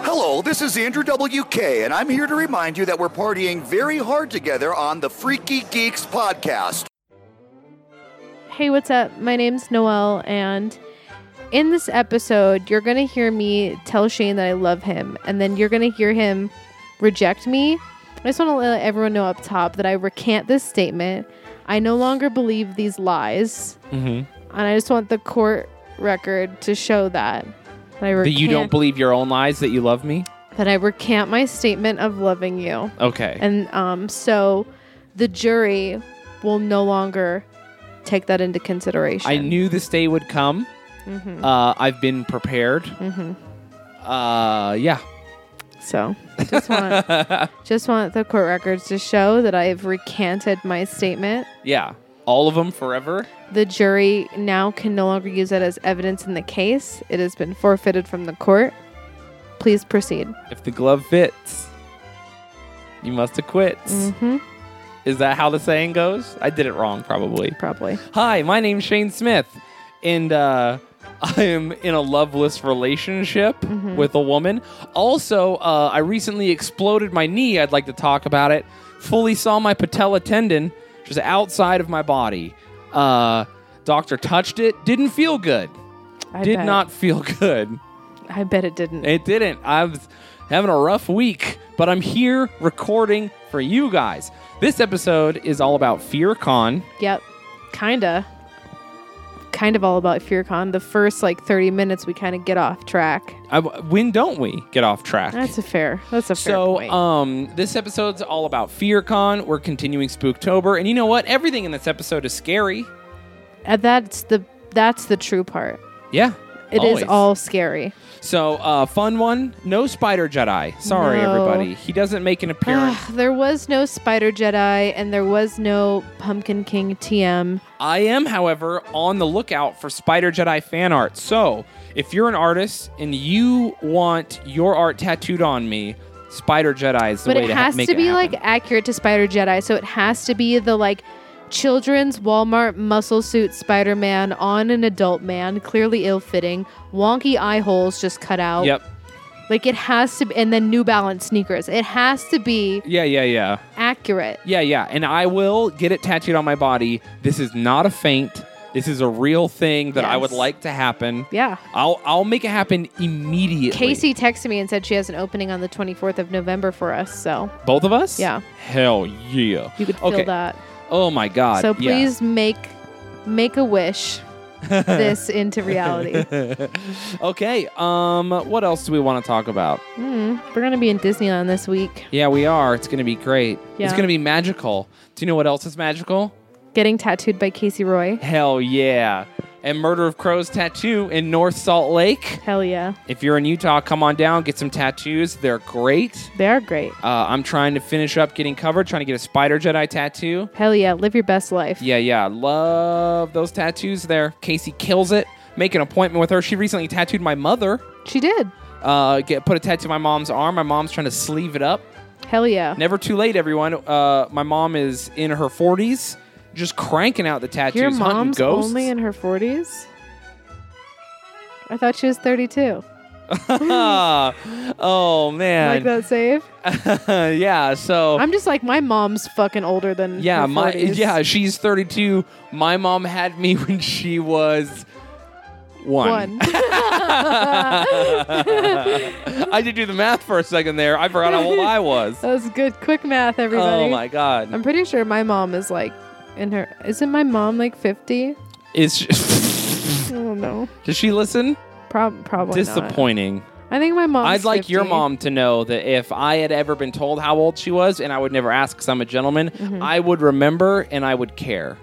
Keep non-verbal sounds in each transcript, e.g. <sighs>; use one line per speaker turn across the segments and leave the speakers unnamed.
Hello, this is Andrew WK, and I'm here to remind you that we're partying very hard together on the Freaky Geeks podcast.
Hey, what's up? My name's Noelle, and in this episode, you're going to hear me tell Shane that I love him, and then you're going to hear him reject me. I just want to let everyone know up top that I recant this statement. I no longer believe these lies,
Mhm.
and I just want the court record to show that. That, I
That
recant,
you don't believe your own lies that you love me?
that I recant my statement of loving you.
Okay.
And um, so the jury will no longer take that into consideration.
I knew this day would come.
Mm-hmm.
Uh, I've been prepared. Uh, yeah.
So just want
<laughs>
just want the court records to show that I have recanted my statement.
Yeah. All of them forever.
The jury now can no longer use it as evidence in the case. It has been forfeited from the court. Please proceed.
If the glove fits, you must acquit.
Mm-hmm.
Is that how the saying goes? I did it wrong, probably.
Probably.
Hi, my name's Shane Smith, and uh, <laughs> I am in a loveless relationship
Mm-hmm.
with a woman. Also, uh, I recently exploded my knee. I'd like to talk about it. Fully saw my patella tendon, which is outside of my body. Uh, doctor touched it. Didn't feel good.
I
Did
bet.
not feel <laughs> good.
I bet it didn't.
It didn't. I was having a rough week, but I'm here recording for you guys. This episode is all about Fear Con.
Yep. Kinda. Kind of all about FearCon. The first like 30 minutes we kind of get off track.
I, when don't we get off track?
That's a fair. That's a fair
so,
point.
um, this episode's all about FearCon. We're continuing Spooktober, and you know what? Everything in this episode is scary.
And that's the that's the true part.
Yeah,
It is
always.
all scary.
So, uh, fun one. No Spider Jedi. Sorry,
No.
everybody. He doesn't make
<sighs>
an appearance.
Ugh, there was no Spider Jedi and there was no Pumpkin King TM.
I am, however, on the lookout for Spider Jedi fan art. So, if you're an artist and you want your art tattooed on me, Spider Jedi is the
But
way
it
to ha-
has
make
to be
happen.
like accurate to Spider Jedi, so it has to be the like children's Walmart muscle suit Spider Man on an adult man, clearly ill fitting, wonky eye holes just cut out.
Yep.
Like it has to be and then New Balance sneakers. It has to be
Yeah, yeah, yeah.
accurate.
Yeah, yeah. And I will get it tattooed on my body. This is not a feint. This is a real thing that I would
Yes.
like to happen.
Yeah.
I'll I'll make it happen immediately.
Casey texted me and said she has an opening on the 24th of November for us, so
Both of us?
Yeah.
Hell yeah.
you could feel
Okay.
that.
Oh my god.
So
yeah.
please make make a
<laughs>
wish this into reality.
Okay. Um what else do we want to talk about?
Mm, we're gonna be in Disneyland this week,
Yeah, we are. It's going to be great. It's
Yeah.
going to be magical. Do you know what else is magical?
getting tattooed by Casey Roy.
Hell yeah. And Murder of Crows tattoo in North Salt Lake.
Hell yeah,
If you're in Utah, come on down, get some tattoos. They're great.
they are great.
Uh, I'm trying to finish up getting covered, trying to get a Spider Jedi tattoo.
Hell yeah, live your best life.
Yeah, yeah. Love those tattoos there. Casey kills it. Make an appointment with her. She recently tattooed my mother.
She did.
Uh, get put a tattoo on my mom's arm. My mom's trying to sleeve it up.
Hell yeah.
Never too late, everyone. Uh, my mom is in her 40s, just cranking out the tattoos.
Your
hunting
mom's
ghosts.
only in her 40s. I thought she was 32.
<laughs> Ah, oh
Like
man,
that save?
Oh. <laughs> yeah. So
I'm just like my mom's fucking older than
yeah,
her
my
40s.
yeah, she's 32. My mom had me <laughs> when she was
one.
<laughs> I did do the math for a second there. I forgot how
<laughs>
old I was.
That was good quick math, everybody.
Oh my god.
I'm pretty sure my mom is like in her. Isn't my mom like 50?
Is she, <laughs>
I don't know.
does she listen?
Prob- probably Not.
Disappointing.
I think my mom.
I'd like your mom to know that if I had ever been told how old she was, and I would never ask because I'm a gentleman,
Mm-hmm.
I would remember and I would care.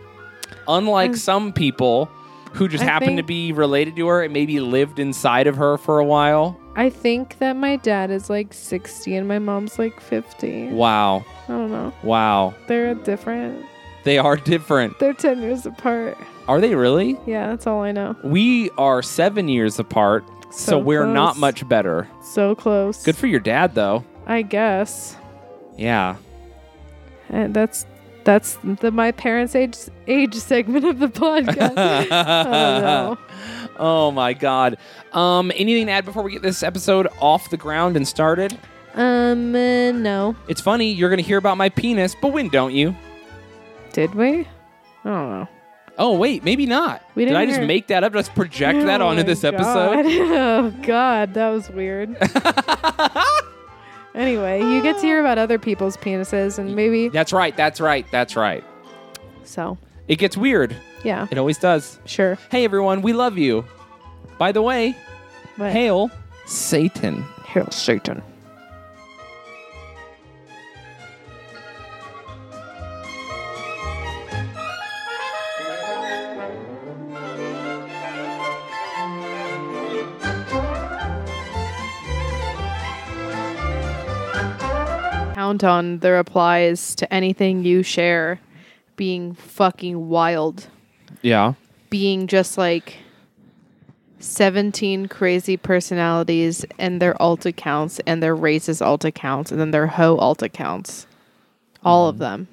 Unlike some people who just
Mm. I
happen to
think-
be related to her and maybe lived inside of her for a while.
I think that my dad is like 60 and my mom's like 50.
Wow.
I don't know.
Wow.
They're different.
They are different.
They're 10 years apart.
Are they really?
Yeah, that's all I know.
We are seven years apart, so,
So
we're not
close.
much better.
So close.
Good for your dad, though.
I guess.
Yeah.
And that's That's the my parents' age age segment of the
<laughs>
podcast. oh, no.
Oh my god. Um, anything to add before we get this episode off the ground and started?
Um, uh, no.
It's funny, you're gonna hear about my penis, but when don't you?
Did we? I don't know.
Oh wait, maybe not.
We
Did
didn't
I just
hear-
make that up? Just project that
Oh my
onto this
God. <laughs>
episode?
oh God, that was
<laughs>
weird. anyway, you get to hear about other people's penises and maybe
That's right, that's right, that's right.
so.
It gets weird.
Yeah,
It always does.
sure.
Hey everyone, we love you. By the way,
But
hail Satan.
hail Satan. Count on the replies to anything you share being fucking wild
Yeah.
being just like 17 crazy personalities and their alt accounts and their racist alt accounts and then their hoe alt accounts. All
Mm-hmm.
of them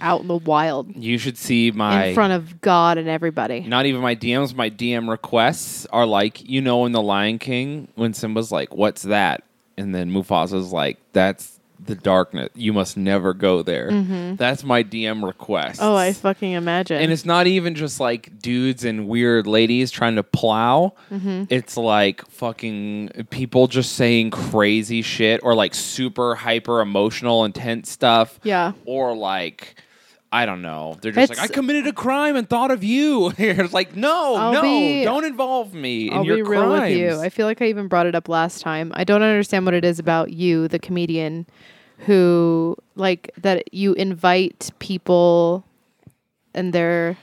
out in the wild in
You should see my
front of God and everybody.
not even my DMs, my DM requests are like, you know, in The Lion King, when Simba's like, what's that? And then Mufasa's like, that's the darkness. You must never go there. That's my DM request.
Mm-hmm. Oh, I fucking imagine.
And it's not even just like dudes and weird ladies trying to plow.
Mm-hmm.
It's like fucking people just saying crazy shit or like super hyper emotional, intense stuff.
Yeah.
Or like. I don't know. They're just like,
It's-
I committed a crime and thought of you. <laughs> it's like, no,
I'll
no,
be-
don't involve me in
I'll
your
be real
crimes.
with you. I feel like I even brought it up last time. I don't understand what it is about you, the comedian, who like that you invite people and their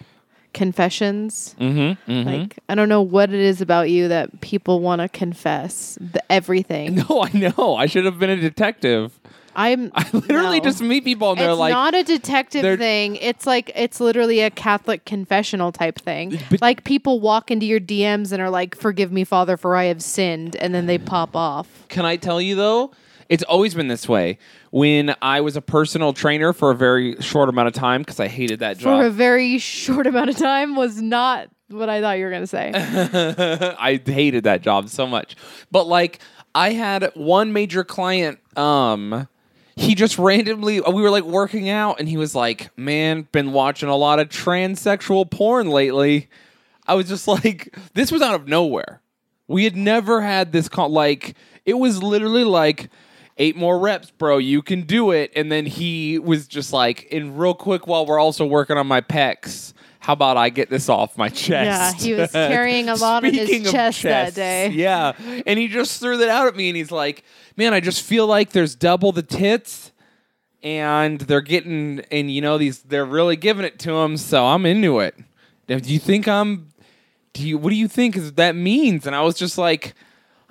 confessions.
mm-hmm,
Like I don't know what it is about you that people want to confess the, everything.
<laughs> No, I know. I should have been a detective. <laughs>
I'm
I literally
no.
just meet people and
It's
they're like,
not a detective
they're-
thing. It's like it's literally a Catholic confessional type thing.
But-
like people walk into your DMs and are like, "Forgive me, Father, for I have sinned," and then they pop off.
Can I tell you though? It's always been this way. When I was a personal trainer for a very short amount of time because I hated that
for a
job.
very short amount of time was not what I thought you were going to
<laughs>
say.
<laughs> I hated that job so much. But like I had one major client um he just randomly uh, we were like working out and he was like, "Man, been watching a lot of transsexual porn lately." I was just like, this was out of nowhere. We had never had this call. Like, it was literally like, eight more reps, bro. You can do it. And then he was just like, and real quick, while we're also working on my pecs, how about I get this off my chest?
Yeah, he
<laughs>
was carrying a lot on his
Speaking of
chest that
chests,
day.
Yeah. And he just threw that out at me and he's like, man, I just feel like there's double the tits. And they're getting, and you know, these, they're really giving it to him. So I'm into it. Do you think I'm do you what do you think is that means and i was just like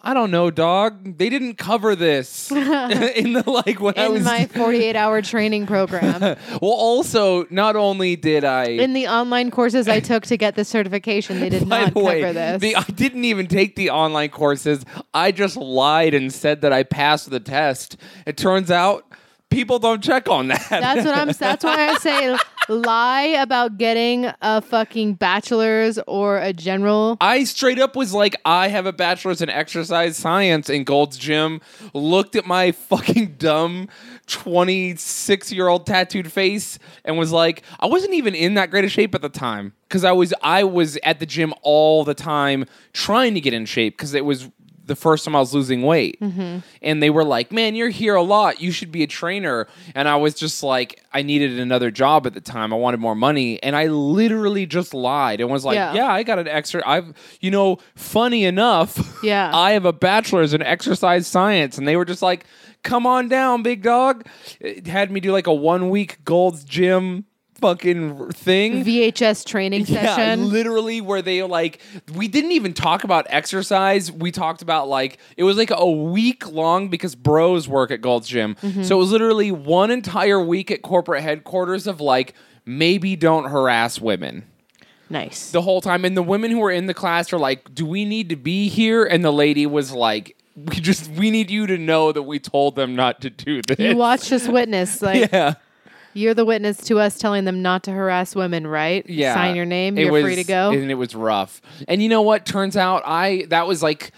i don't know dog they didn't
<laughs>
cover this <laughs> in the like when i
In
was <laughs>
my 48 hour training program,
well also not only did i
in the online courses I took to get this certification, they did
<laughs> by
not
the way,
cover this.
the- I didn't even take the online courses. I just lied and said that I passed the test. It turns out people don't check on that.
that's what I'm. That's why I say lie about getting a fucking bachelor's or a general.
I straight up was like, I have a bachelor's in exercise science in Gold's Gym. Looked at my fucking dumb 26 year old tattooed face and was like, I wasn't even in that great of shape at the time because I was I was at the gym all the time trying to get in shape because it was the first time I was losing weight. And they were like, man, you're here a lot. You should be a trainer. And I was just like, I needed another job at the time. I wanted more money. And I literally just lied and was like,
Yeah.
yeah I got an extra. I've, you know, funny enough,
Yeah.
<laughs> I have a bachelor's in exercise science, and they were just like, "Come on down, big dog." It had me do like a one week Gold's Gym fucking thing.
VHS training
Yeah,
session.
literally, where they like, we didn't even talk about exercise. We talked about like, it was like a week long because bros work at Gold's Gym.
Mm-hmm.
So it was literally one entire week at corporate headquarters of like, maybe don't harass women
nice.
the whole time. And the women who were in the class are like, "Do we need to be here?" And the lady was like, "We just we need you to know that we told them not to do this."
You watch this witness like
<laughs> yeah.
You're the witness to us telling them not to harass women, right?
Yeah.
Sign your name.
It
You're
was-
free to go.
And it was rough. And you know what? Turns out I that was like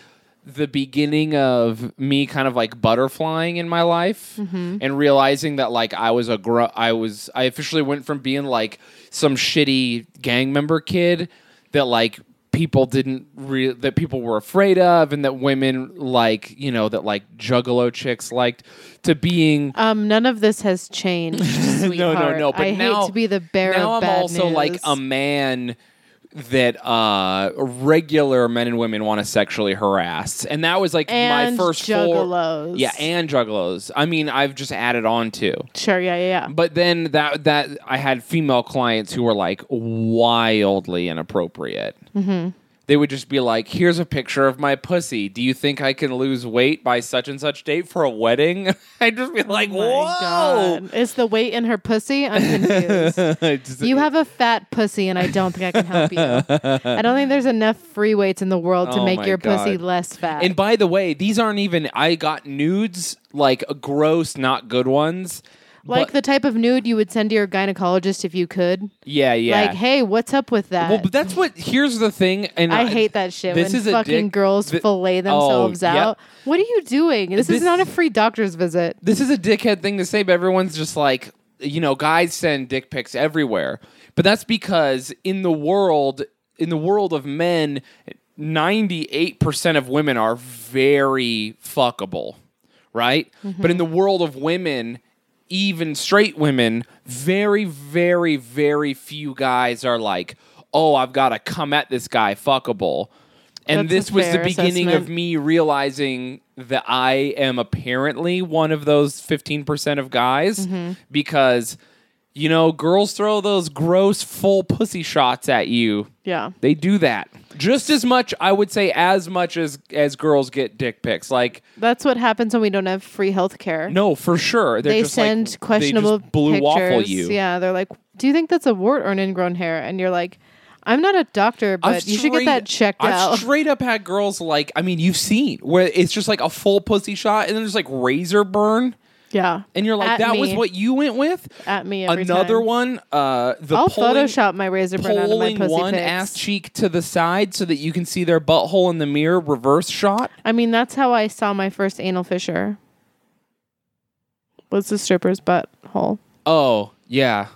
the beginning of me kind of like butterflying in my life
Mm-hmm.
and realizing that like I was a gr- I was I officially went from being like some shitty gang member kid that like people didn't re- that people were afraid of and that women like you know that like juggalo chicks liked to being
um, none of this has
<laughs>
changed.
no, no,
sweetheart.
no. But
I
now,
hate to be the bearer
now
of bad
I'm also
news.
like um, a man that uh regular men and women want to sexually harass, and that was like
And
my first
juggalos.
Four, yeah, and juggalos. I mean, I've just added on to.
sure, yeah, yeah, yeah.
But then that that I had female clients who were like wildly inappropriate.
Mm-hmm.
They would just be like, "Here's a picture of my pussy. Do you think I can lose weight by such and such date for a wedding?" <laughs> I'd just be like,
Oh My
"Whoa!" <laughs>
God. Is the weight in her pussy? I'm confused.
Just-
you have a fat pussy, and I don't think I can help you. I don't think there's enough free weights in the world to
Oh
make
my
your pussy
God.
less fat.
And by the way, these aren't even. I got nudes, like gross, not good ones.
like
but-
the type of nude you would send to your gynecologist if you could.
Yeah, yeah.
Like, hey, what's up with that?
well, but that's what. Here's the thing, and
I hate that shit
this
when
is a
fucking
dick-
girls
thi-
fillet themselves
Oh, yep.
out. What are you doing? This,
This-
is not a free doctor's visit.
This is a dickhead thing to say, but everyone's just like, you know, guys send dick pics everywhere. But that's because in the world, in the world of men, ninety-eight percent of women are very fuckable, right? But in the world of women, even straight women, very, very, very few guys are like, oh, I've got to come at this guy fuckable. And
That's a
this was the
fair
beginning
assessment.
of me realizing that I am apparently one of those 15% of guys
Mm-hmm.
because, you know, girls throw those gross, full pussy shots at you.
Yeah.
They do that just as much, I would say, as much as as girls get dick pics. Like,
That's what happens when we don't have free health care.
no, for sure, They're
they
just like-
send
they just
questionable
blue
pictures.
waffle you.
Yeah, they're like, "Do you think that's a wart or an ingrown hair?" And you're like, "I'm not a doctor, but
I've
you should get
straight-
that checked
I've
out."
straight up had girls like, I mean, you've seen where it's just like a full pussy shot and then there's like razor burn.
yeah,
And you're like,
At
that was
me.
what you went with?
at me. Every
Another
time.
one, uh, the
I'll
pulling,
Photoshop my razor burn out of my
pulling
pussy
one
pics.
ass cheek to the side so that you can see their butthole in the mirror reverse shot.
I mean, that's how I saw my first anal fissure. Was the stripper's butthole?
Oh, yeah.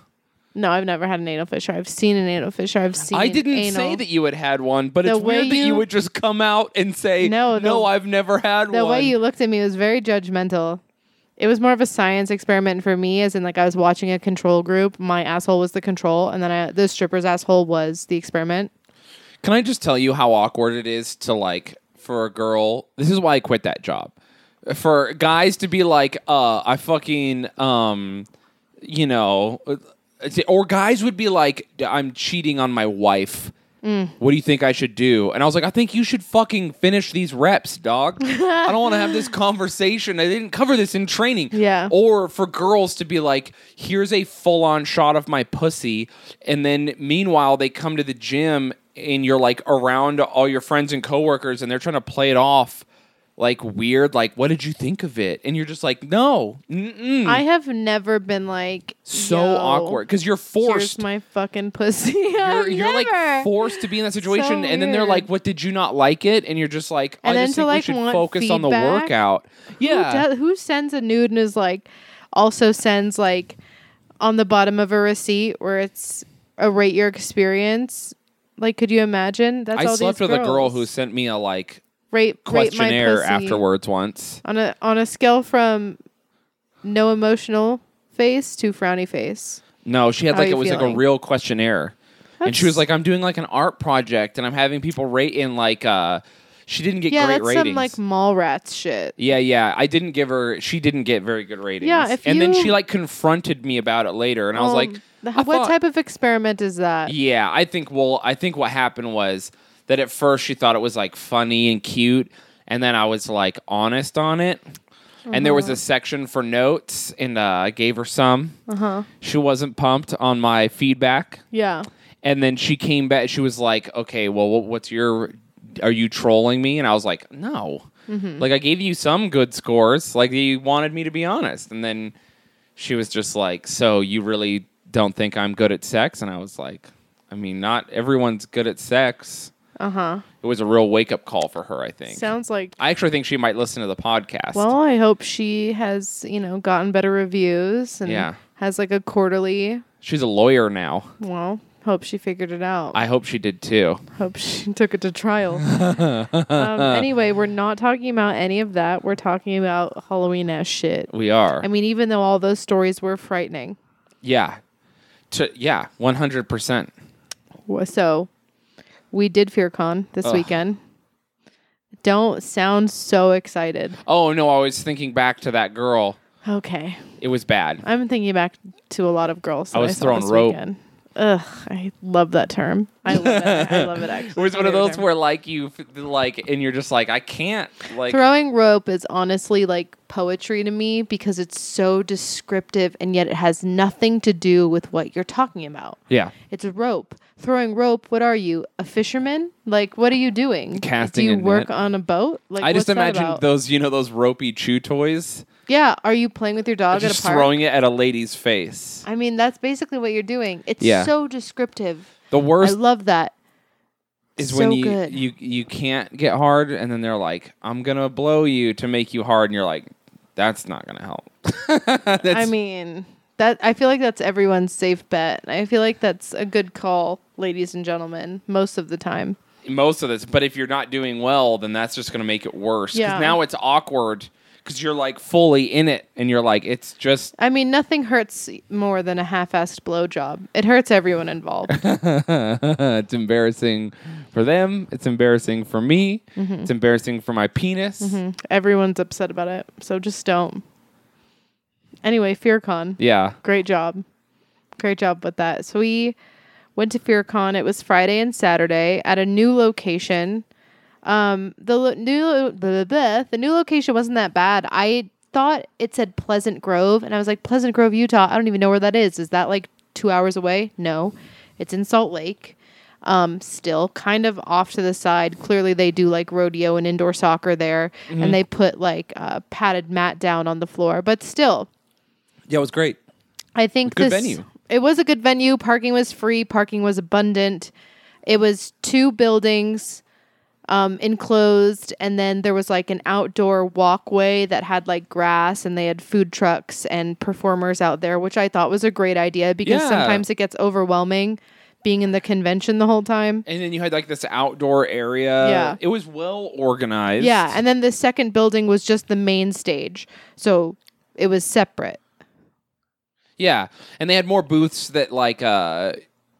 No, I've never had an anal fissure. I've seen an anal fissure. I've seen.
I didn't
anal.
say that you had had one, but
The
it's weird
way
that you
you-
would just come out and say,
No,
no,
the-
I've never had
The
one.
way you looked at me was very judgmental. It was more of a science experiment for me, as in like I was watching a control group. My asshole was the control, and then I, the stripper's asshole was the experiment.
Can I just tell you how awkward it is to like for a girl? This is why I quit that job. For guys to be like, uh, I fucking, um, you know, uh, or guys would be like, I'm cheating on my wife.
Mm.
What do you think I should do? And I was like, I think you should fucking finish these reps, dog. I don't want to
<laughs>
have this conversation. I didn't cover this in training.
Yeah.
Or for girls to be like, here's a full on shot of my pussy. And then meanwhile, they come to the gym and you're like around all your friends and coworkers and they're trying to play it off like weird. Like, what did you think of it? And you're just like, no. Mm-mm.
I have never been like
Hmm. So
"Yo,
awkward because you're
Here's
forced.
my fucking pussy. <laughs>
you're
I've
you're
never.
like forced to be in that situation, and then they're
weird.
like, "What did you not like it?" And you're just like, "I
And then
just
to,
think we
like,
should
want
focus on the
feedback?
workout." Yeah,
Who, does, who sends a nude and is like, also sends like on the bottom of a receipt where it's a rate your experience? Like, could you imagine? That's
I
all
slept
these
with a girl
girls.
who sent me a like
rate rate my
questionnaire
pussy.
afterwards once.
on a on a scale from no emotional face to frowny face.
No, she had
How
like
are
it
you
was like
feeling?
a real questionnaire. and she
That's-
was like, I'm doing like an art project and I'm having people rate in like uh she didn't get
Yeah,
great
that's
ratings.
some like mall rats shit.
yeah, yeah. I didn't give her she didn't get very good ratings.
Yeah, if
and then
you-
she like confronted me about it later and I was like
Um,
I
the- what
thought- E
type of experiment is that?
Yeah, I think well I think what happened was that at first she thought it was like funny and cute and then I was like honest on it. And there was a section for notes, and uh, I gave her some. Uh-huh. She wasn't pumped on my feedback.
Yeah.
And then she came back. She was like, "Okay, well, what, what's your? Are you trolling me?" And I was like,
Mm-hmm.
"No, like I gave you some good scores. Like you wanted me to be honest." And then she was just like, "So you really don't think I'm good at sex?" And I was like, "I mean, not everyone's good at sex."
Uh huh.
It was a real wake up call for her. I think.
Sounds like.
I actually think she might listen to the podcast.
Well, I hope she has you know gotten better reviews and
Yeah.
has like a quarterly.
She's a lawyer now.
Well, hope she figured it out.
I hope she did too.
Hope she <laughs> took it to
<laughs>
trial. um, anyway, we're not talking about any of that. We're talking about Halloween ass shit.
We are.
I mean, even though all those stories were frightening.
yeah. To, yeah, 100%.
Wha- So we did FearCon this weekend. Don't sound so excited.
Oh, no, I was thinking back to that girl.
Okay.
It was bad.
i have been thinking back to a lot of girls. that
I was
saw
throwing
this
rope.
Weekend. Ugh, I love that term. I love it.
<laughs>
I love it actually.
It was one of
Favorite
those
term.
where, like, you, f- like, and you're just like, I can't. Like,
Throwing rope is honestly like poetry to me because it's so descriptive and yet it has nothing to do with what you're talking about.
yeah.
It's a rope. Throwing rope, what are you? A fisherman? Like what are you doing?
Casting
Do you
a net.
work on a boat? Like
I just
what's that
imagined
about?
those, you know, those ropey chew toys
Yeah, are you playing with your dog at
just
a park?
throwing it at a lady's face.
I mean, that's basically what you're doing. It's
Yeah.
so descriptive.
The
I
worst
love that.
is
so
when you,
good.
you you can't get hard, and then they're like, "I'm gonna blow you to make you hard," and you're like, "That's not gonna help." <laughs> That's,
I mean, that I feel like that's everyone's safe bet. I feel like that's a good call, ladies and gentlemen, most of the time.
most of this. But if you're not doing well, then that's just going to make it worse. 'Cause
Yeah.
now it's awkward because you're like fully in it, and you're like, it's just
I mean, nothing hurts more than a half-assed blowjob. It hurts everyone involved.
uh, it's embarrassing for them. It's embarrassing for me.
Mm-hmm.
It's embarrassing for my penis.
Everyone's upset about it, so just don't. Anyway, FearCon,
Yeah,
great job, great job with that. So we went to FearCon. It was Friday and Saturday at a new location. Um, the lo- new lo- blah, blah, blah. the new location wasn't that bad. I thought it said Pleasant Grove, and I was like Pleasant Grove, Utah. I don't even know where that is. Is that like two hours away? No, it's in Salt Lake. Um, still kind of off to the side. Clearly, they do like rodeo and indoor soccer there, and they put like a padded mat down on the floor. But still,
yeah, it was great.
I think
Good
this,
venue.
It was a good venue. Parking was free. Parking was abundant. It was two buildings, um, enclosed, and then there was like an outdoor walkway that had like grass, and they had food trucks and performers out there, which I thought was a great idea because
Yeah.
sometimes it gets overwhelming being in the convention the whole time.
And then you had like this outdoor area.
Yeah.
it was well organized.
Yeah, and then the second building was just the main stage, so it was separate.
yeah, and they had more booths that like uh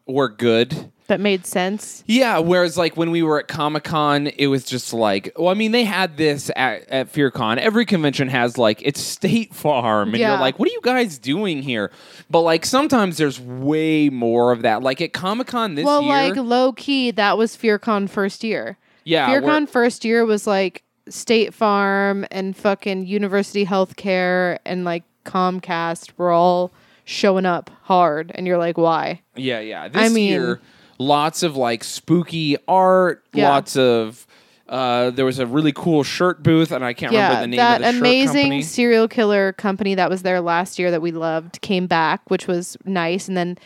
were good.
That made sense.
Yeah, whereas like when we were at Comic Con, it was just like, well, I mean, they had this at, at FearCon. Every convention has like it's State <laughs> Farm, and you're
Yeah.
like, what are you guys doing here? But like sometimes there's way more of that. Like at Comic Con this
well,
year,
like low key, that was FearCon first year.
yeah, where-
FearCon first year was like State Farm and fucking University Healthcare and like Comcast were all showing up hard, and you're like, why?
yeah, yeah. This
mean-
year, lots of like spooky art,
Yeah.
lots of. Uh, there was a really cool shirt booth, and I can't remember the name
that
of the shirt
amazing
company.
serial killer company that was there last year that we loved came back, which was nice. And then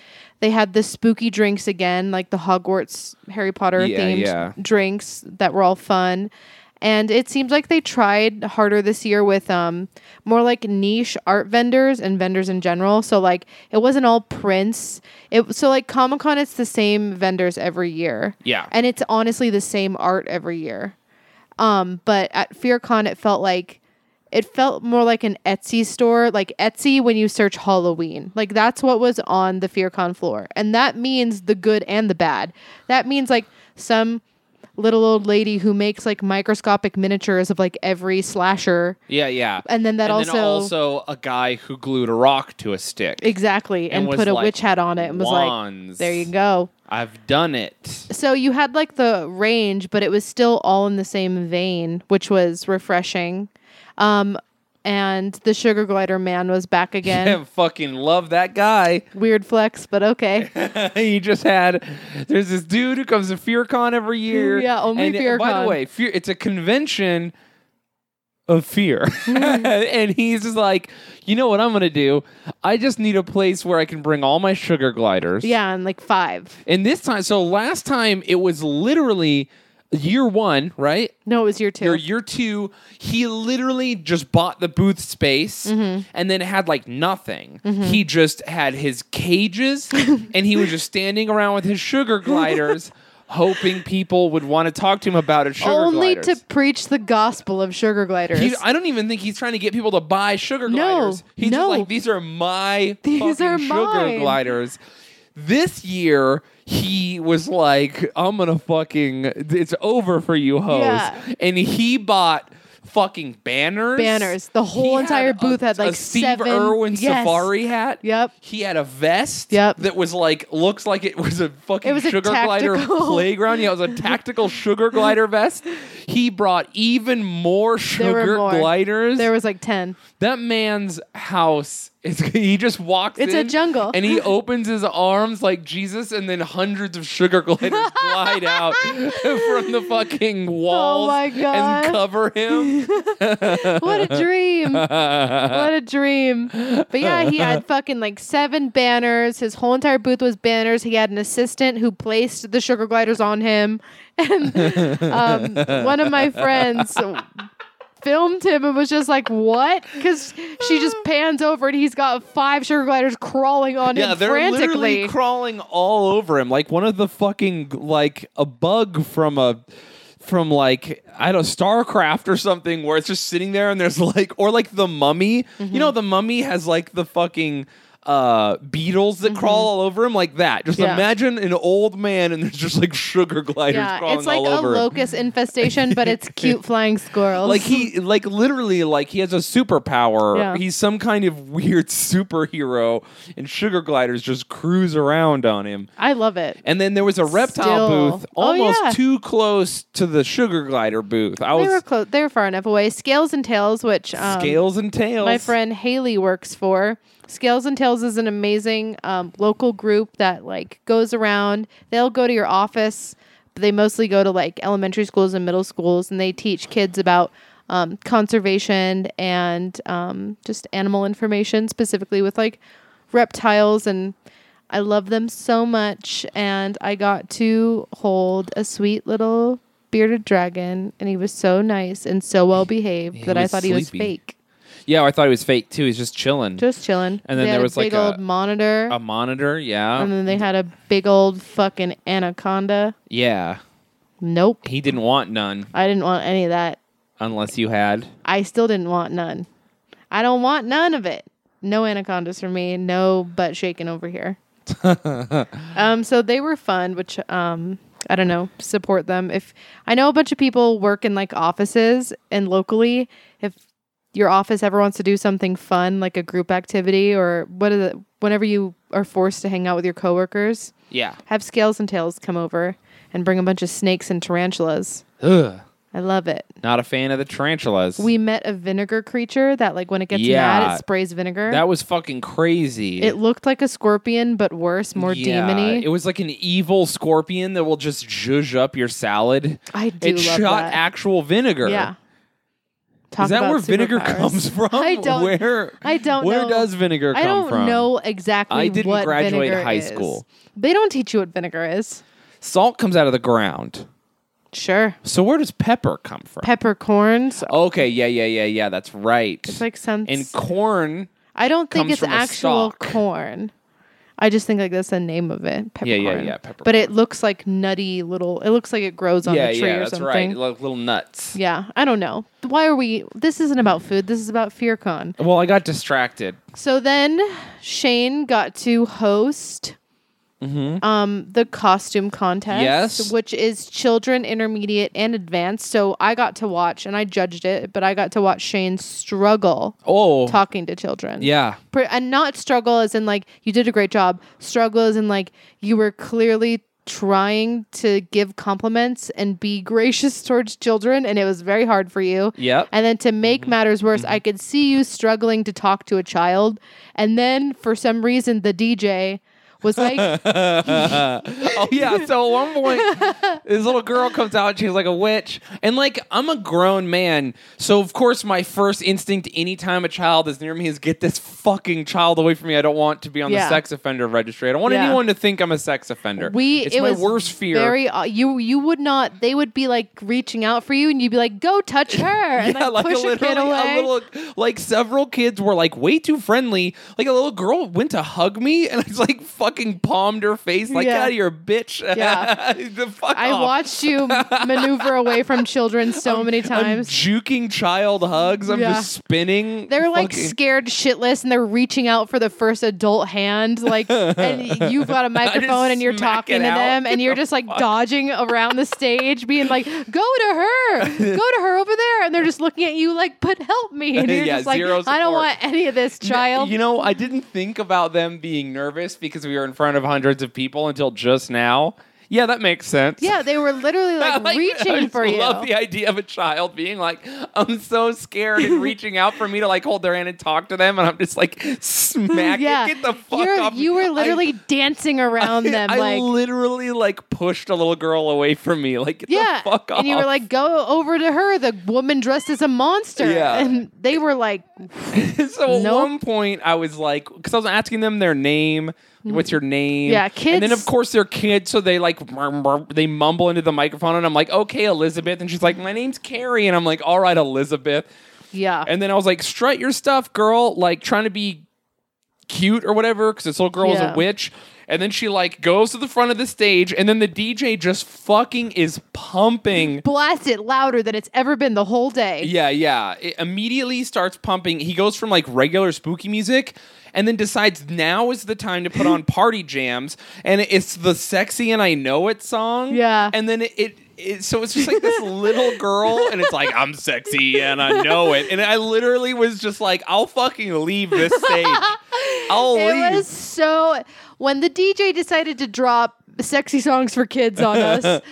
they had the spooky drinks again, like the Hogwarts Harry Potter
Yeah,
themed
yeah.
drinks that were all fun. And it seems like they tried harder this year with um, more like niche art vendors and vendors in general. So like it wasn't all prints. It so like Comic Con, it's the same vendors every year.
Yeah.
and it's honestly the same art every year. Um, but at FearCon, it felt like it felt more like an Etsy store, like Etsy when you search Halloween. Like that's what was on the FearCon floor, and that means the good and the bad. That means like some little old lady who makes like microscopic miniatures of like every slasher,
Yeah, yeah.
and then that
and
also,
then also a guy who glued a rock to a stick.
exactly and,
was
put a
like,
witch hat on it and was like,
"Wands."
there you go.
I've done it.
so you had like the range, but it was still all in the same vein, which was refreshing. Um, and the sugar glider man was
<laughs>
back again.
I fucking love that guy. <laughs>
Weird flex, but okay.
he just had. There's this dude who comes to FearCon every year.
Yeah, only
And it- By the
FearCon.
way, Fear, it's a convention of fear.
Mm-hmm.
<laughs> and he's just like, you know what I'm gonna do? I just need a place where I can bring all my sugar gliders.
Yeah, and like five.
And this time, so last time it was literally year one, right?
No, it was year two.
Or year two, he literally just bought the booth space
Mm-hmm.
and then had like nothing. He just had his cages
<laughs>
and he was just standing around with his sugar gliders, hoping people would want to talk to him about his sugar
Only
gliders.
to preach the gospel of sugar gliders.
He- I don't even think he's trying to get people to buy sugar
No,
gliders. He's just
no.
like, these are my
<laughs> These
fucking
are
sugar
mine."
gliders. This year, he was like, I'm gonna fucking, it's over for you hoes.
Yeah.
And he bought fucking banners.
Banners. The whole entire
a-
booth had, like,
a Steve
seven-
Irwin
yes.
safari hat.
Yep.
He had a vest
Yep.
that was like, looks like it was a fucking
It was a
sugar glider
tactical-
<laughs> playground. Yeah, it was a tactical sugar glider vest. He brought even more
There were
sugar
more.
gliders.
there was like ten.
that man's house is <laughs> he just walks
It's a
in
jungle.
and he opens his arms like Jesus and then hundreds of sugar
<laughs>
gliders glide out <laughs> from the fucking
Oh
walls
my God.
and cover him.
What a dream. what a dream. But yeah, he had fucking like seven banners. His whole entire booth was banners. He had an assistant who placed the sugar gliders on him. <laughs> And um, one of my friends filmed him and was just like, what? Because she just pans over and he's got five sugar gliders crawling on
yeah,
him
they're literally
frantically.
crawling all over him like one of the fucking like a bug from a from like I don't StarCraft or something where it's just sitting there and there's <laughs> like or like the mummy. You
Mm-hmm.
know the mummy has like the fucking uh beetles that crawl all over him like that. Just
Mm-hmm. Yeah.
imagine an old man and there's just like sugar <laughs> gliders
yeah,
crawling
it's like
all
a
over him.
locust infestation, but it's cute flying squirrels. <laughs>
Like he, like literally, like he has a superpower.
Yeah.
He's some kind of <laughs> weird superhero, and sugar gliders just cruise around on him.
I love it.
And then there was a reptile
Still.
booth
Oh,
almost
yeah.
too close to the sugar glider booth. I
They were
was
close. They were far enough away. Scales and tails, which um,
scales and tails.
my friend Haley works for. Scales and Tails is an amazing um, local group that like goes around. They'll go to your office. But they mostly go to like elementary schools and middle schools, and they teach kids about um, conservation and um, just animal information, specifically with like reptiles. And I love them so much. And I got to hold a sweet little bearded dragon, and he was so nice and so well behaved that I
was
thought he was
sleepy.
fake.
Yeah, I thought he was fake too. He's just chilling.
Just chilling.
And
They
then there
had a
was, like,
big
a-
old monitor,
a monitor, yeah.
and then they had a big old fucking anaconda.
yeah.
Nope,
He didn't want none
I didn't want any of that.
unless you had.
I still didn't want none. I don't want none of it. No anacondas for me. No butt shaking over here. um, so they were fun, which um, I don't know. Support them if I know a bunch of people work in like offices and locally. If your office ever wants to do something fun, like a group activity or what is it? Whenever you are forced to hang out with your coworkers,
Yeah.
have scales and tails come over and bring a bunch of snakes and tarantulas.
Ugh.
I love it.
Not a fan of the tarantulas.
We met a vinegar creature that, like, when it gets mad,
Yeah.
it sprays vinegar.
that was fucking crazy.
it looked like a scorpion, but worse, more
Yeah,
demony.
It was like an evil scorpion that will just zhuzh up your salad.
I do
it
love
shot
that.
actual vinegar.
yeah. Talk
Is that
about
where vinegar
superpowers.
comes from?
<laughs> I don't.
Where
I don't.
Where
know.
does vinegar come
I don't
from?
know exactly.
I didn't
what
graduate
vinegar
high
is.
school.
They don't teach you what vinegar is.
Salt comes out of the ground.
Sure.
So where does pepper come from?
Peppercorns.
okay, yeah, yeah, yeah, yeah. That's right.
It's like some.
and corn.
I don't think
comes
it's
from a
actual
stalk.
corn. I just think like that's the name of it.
Yeah,
Peppercorn.
yeah, yeah,
But it
peppercorn.
looks like nutty little. It looks like it grows on
yeah,
a tree
yeah,
or
that's
something.
right. Like little nuts.
Yeah, I don't know. Why are we? This isn't about food. This is about FearCon.
Well, I got distracted.
So then Shane got to host um, the costume contest,
Mm-hmm. Yes.
which is children, intermediate, and advanced. So I got to watch and I judged it, but I got to watch Shane struggle
Oh,
talking to children.
yeah.
Pr- and not struggle as in like you did a great job struggle as in like you were clearly trying to give compliments and be gracious <laughs> towards children and it was very hard for you
Yep. Mm-hmm.
and then to make matters worse i could see you struggling to talk to a child and then for some reason the dj was like,
<laughs> oh <laughs> yeah. So at one point, this little girl comes out. She's like a witch, and like I'm a grown man, so of course my first instinct anytime a child is near me is get this fucking child away from me. I don't want to be on
Yeah.
the sex offender registry. I don't want
Yeah.
anyone to think I'm a sex offender.
we.
it's
it
my
was
worst fear. <laughs>
Very. Uh, you you would not. They would be like reaching out for you, and you'd be like, "Go touch her," and
<laughs> yeah,
like,
like a
push a,
literally
kid away.
a little like several kids were like way too friendly. Like a little girl went to hug me and I was like fucking palmed her face like
Yeah.
out of your bitch.
Yeah.
<laughs> The fuck
I
off.
watched you maneuver away from children so many
I'm
times.
juking child hugs. I'm
Yeah.
just spinning.
They're like
fucking-
scared shitless and they're reaching out for the first adult hand. Like,
<laughs>
and you've got a microphone and you're
smack
talking
it
to
out.
them and you're just like dodging around the stage, being like, go to her, go to her over there. And they're just looking at you like, but help me. And you're
<laughs> Yeah,
just like,
zero
I don't
support.
want any of
<laughs>
this, child.
You know, I didn't think about them being nervous because we were in front of hundreds of people until just now. Yeah, that makes sense. <laughs>
yeah, they were literally like,
I
reaching
just
for you.
love the idea of a child being like, "I'm so scared," and reaching out for me to like hold their hand and talk to them, and I'm just like, "Smack
<laughs> yeah,
it, get the fuck
You're-
off!" me."
you were
I-
literally dancing around
<laughs> I,
them.
I
like,
literally like pushed a little girl away from me, like, "Get
yeah.
the fuck off!"
And you were like, go over to her, the woman dressed as a monster.
Yeah.
And they were like,
<laughs> so at
Nope.
one point I was like, because I was asking them their name, what's your name?
Yeah,
And then
kids-
of course they're kids, so they like murm, murm, they mumble into the microphone, and I'm like, okay, Elizabeth, and she's like, my name's Carrie, and I'm like, all right, Elizabeth.
yeah.
And then I was like, strut your stuff, girl, like trying to be cute or whatever, because this little girl was
Yeah.
a witch. And then she like goes to the front of the stage, and then the DJ just fucking is pumping
blast it louder than it's ever been the whole day.
yeah, yeah. It immediately starts pumping. He goes from like regular spooky music and then decides now is the time to
<laughs>
put on party jams. And it's the sexy and I know it song.
Yeah.
And then it. it it, so it's just
<laughs>
like this little girl, and it's like I'm sexy and I know it, and I literally was just like, I'll fucking leave this stage.
<laughs>
I'll
It
leave.
was so when the DJ decided to drop sexy songs for kids on
<laughs>
us.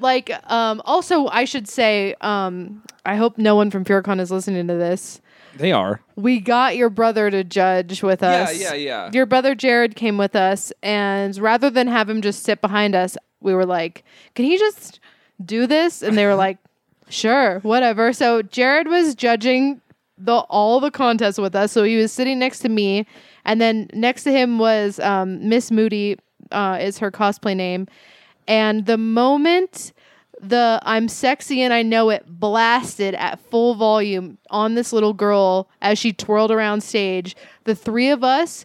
like um also I should say um I hope no one from PureCon is listening to this.
they are.
We got your brother to judge with us.
yeah, yeah.
Your brother Jared came with us and rather than have him just sit behind us, we were like, "Can he just do this?" And they
<laughs>
were like, "Sure, whatever." So Jared was judging the all the contests with us. So he was sitting next to me and then next to him was um, Miss Moody uh, is her cosplay name. And the moment the I'm sexy and I know it blasted at full volume on this little girl as she twirled around stage. The three of us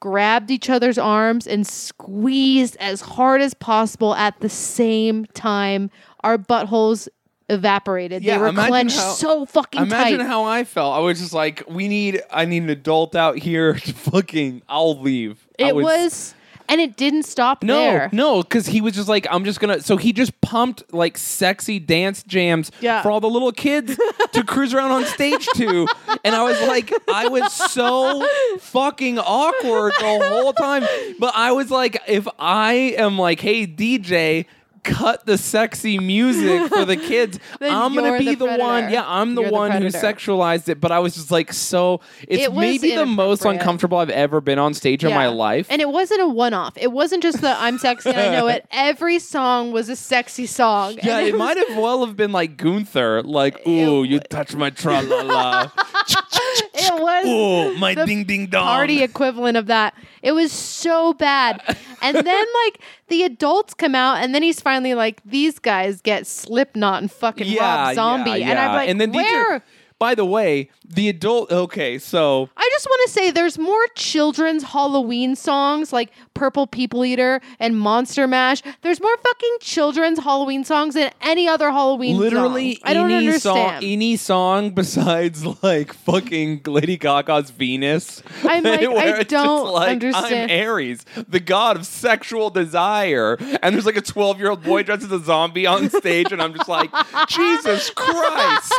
grabbed each other's arms and squeezed as hard as possible at the same time. Our buttholes evaporated.
Yeah,
they were
imagine
clenched
how-
so fucking
Imagine
tight.
how I felt. I was just like, we need, I need an adult out here. To fucking, I'll leave. I
it was, and it didn't stop
No,
there.
no, because he was just like, I'm just gonna. So he just pumped like sexy dance jams
Yeah.
for all the little kids
<laughs>
to cruise around on stage to, and I was like, I was so fucking awkward the whole time. But I was like, if I am like, hey DJ. Cut the sexy music for the kids.
<laughs> Then
I'm gonna
you're
be
the
the, one.
predator.
Yeah, I'm the
You're the
one who
predator.
sexualized it. But I was just like, so it's
It was
maybe the most
inappropriate.
uncomfortable I've ever been on stage in my
Yeah.
life.
And it wasn't a one off. It wasn't just the I'm sexy and I know
<laughs>
it. Every song was a sexy song.
Yeah,
And
it might have well have been like Gunther, like, ooh, you touch my tra
<laughs>
la la.
<laughs> It was
Ooh, my
The
ding ding dong.
party equivalent of that. It was so bad. And
<laughs>
then like the adults come out and then he's finally like, these guys get slipknot and fucking Rob Zombie. and I'm like,
then
where?
These are, by the way, the adult. Okay, so
I just want to say there's more children's Halloween songs like Purple People Eater and Monster Mash. There's more fucking children's Halloween songs than any other Halloween
literally
song. I don't
any song,
understand.
any song besides like fucking Lady Gaga's Venus. <laughs>
I'm like,
where
I
it's just
don't
like, I'm
understand.
Aries, the god of sexual desire, and there's like a 12 year
<laughs>
old boy dressed as a zombie on stage, and I'm just like, Jesus Christ.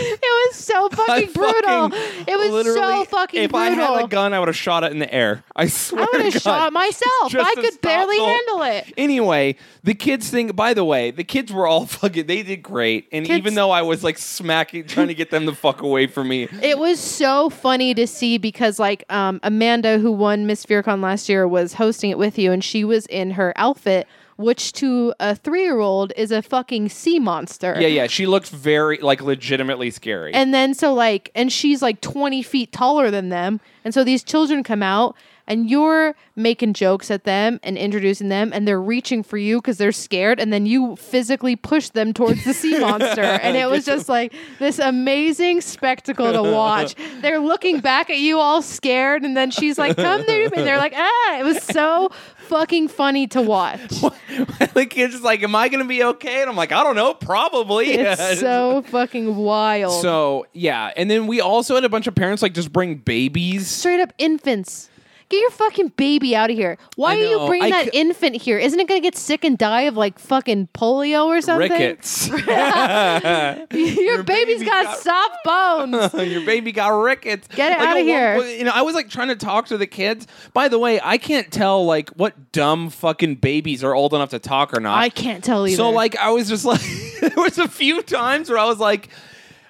It was so
<laughs> I
<laughs> fucking brutal.
fucking
it was so
literally-
fucking
If I
brutal.
had a gun, I would have shot it in the air. <laughs> I swear.
I would
to
have
God.
shot myself.
Just
I
to
could
stop
barely
the whole-
handle it.
Anyway, the kids thing. By the way, the kids were all <laughs> fucking. They did great, and
Kids-
even though I was like smacking, trying to get them the fuck away from me,
It was so funny to see because like um, Amanda, who won Miss FearCon last year, was hosting it with you, and she was in her outfit, which to a three-year-old is a fucking sea monster.
yeah, yeah, she looked very like legitimately scary.
And then so like, and she's like 20 feet taller than them. And so these children come out and you're making jokes at them and introducing them and they're reaching for you because they're scared. And then you physically push them towards the sea monster. And it was just like this amazing spectacle to watch. They're looking back at you all scared. And then she's like, come there. And they're like, ah, it was so fucking funny to watch.
<laughs> the kids just like, "Am I gonna be okay?" And I'm like, "I don't know, probably." <laughs>
It's so fucking wild.
So yeah, and then we also had a bunch of parents like just bring babies.
straight up infants. Get your fucking baby out of here. Why
I
are you
know.
bringing
I
that
c-
infant here? Isn't it going to get sick and die of like fucking polio or something? <laughs>
Rickets. <laughs>
your, baby's
baby
got,
got-
<laughs> soft
<laughs>
bones.
Your baby got rickets.
Get it outta
Like, at one
here.
point- You know, I was like trying to talk to the kids. By the way, I can't tell like what dumb fucking babies are old enough to talk or not.
I can't tell either.
So like I was just like <laughs> there was a few times where I was like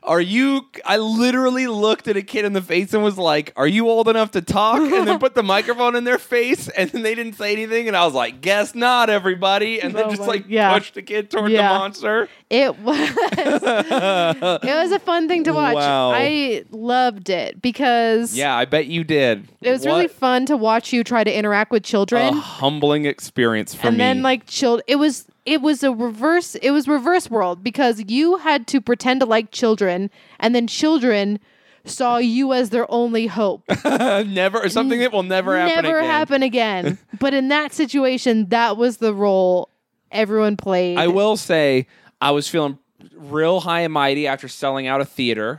are you I literally looked at a kid in the face and was like, "Are you old enough to talk?" and then put the microphone in their face and then they didn't say anything and I was like, "Guess not, everybody." And then
Oh
just
my-
like
yeah.
pushed the kid toward
Yeah.
the monster.
it
<laughs>
was. it was a fun thing to watch.
Wow.
I loved it because
Yeah, I bet you did.
it was really
What
fun to watch you try to interact with
a
children.
humbling experience for
and
me.
then like child it was it was a reverse it was reverse world because you had to pretend to like children and then children saw you as their only hope
never something that will <laughs> never happen
never
again.
happen
<laughs>
again but in that situation that was the role everyone played
I will say I was feeling real high and mighty after selling out a theater.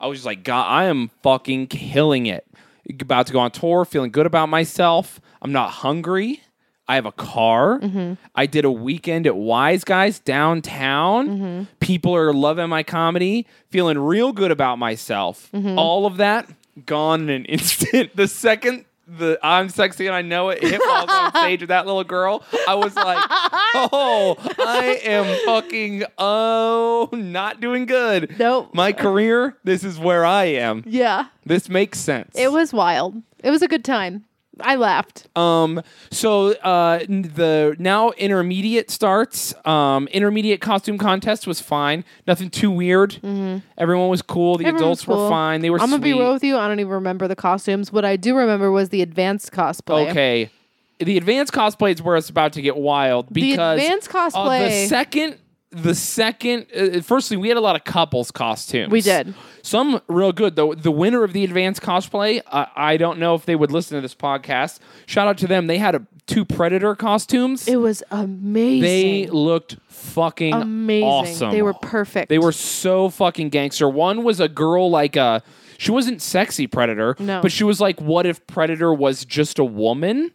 I was just like, God, I am fucking killing it. About to go on tour, feeling good about myself. I'm not hungry. I have a car. I did a weekend at Wise Guys downtown. People are loving my comedy, feeling real good about myself. All of that gone in an <laughs> instant. The second the I'm sexy and I know it hit while I was on stage with that little girl, I was like, oh,
<laughs>
I am fucking, oh, not doing good.
Nope.
My career, this is where I am.
yeah
This makes sense.
it was wild it was a good time i laughed
Um, so uh, n- the now intermediate starts. Um, intermediate costume contest was fine. Nothing too weird. Everyone was cool. The
Mm-hmm. Everyone was
adults
cool.
were fine. They were.
i'm gonna be
sweet.
real with you i don't even remember the costumes what i do remember was the advanced cosplay
Okay. The advanced cosplay is where it's about to get wild because
advanced
uh,
cosplay-
the second, the second. Uh, firstly, we had a lot of couples costumes.
We did.
some real good. The the winner of the advanced cosplay. Uh, I don't know if they would listen to this podcast. Shout out to them. They had a, two predator costumes.
it was amazing
They looked fucking
amazing.
awesome.
They were perfect.
They were so fucking gangster. One was a girl like a she wasn't sexy predator,
No.
but she was like, what if predator was just a woman?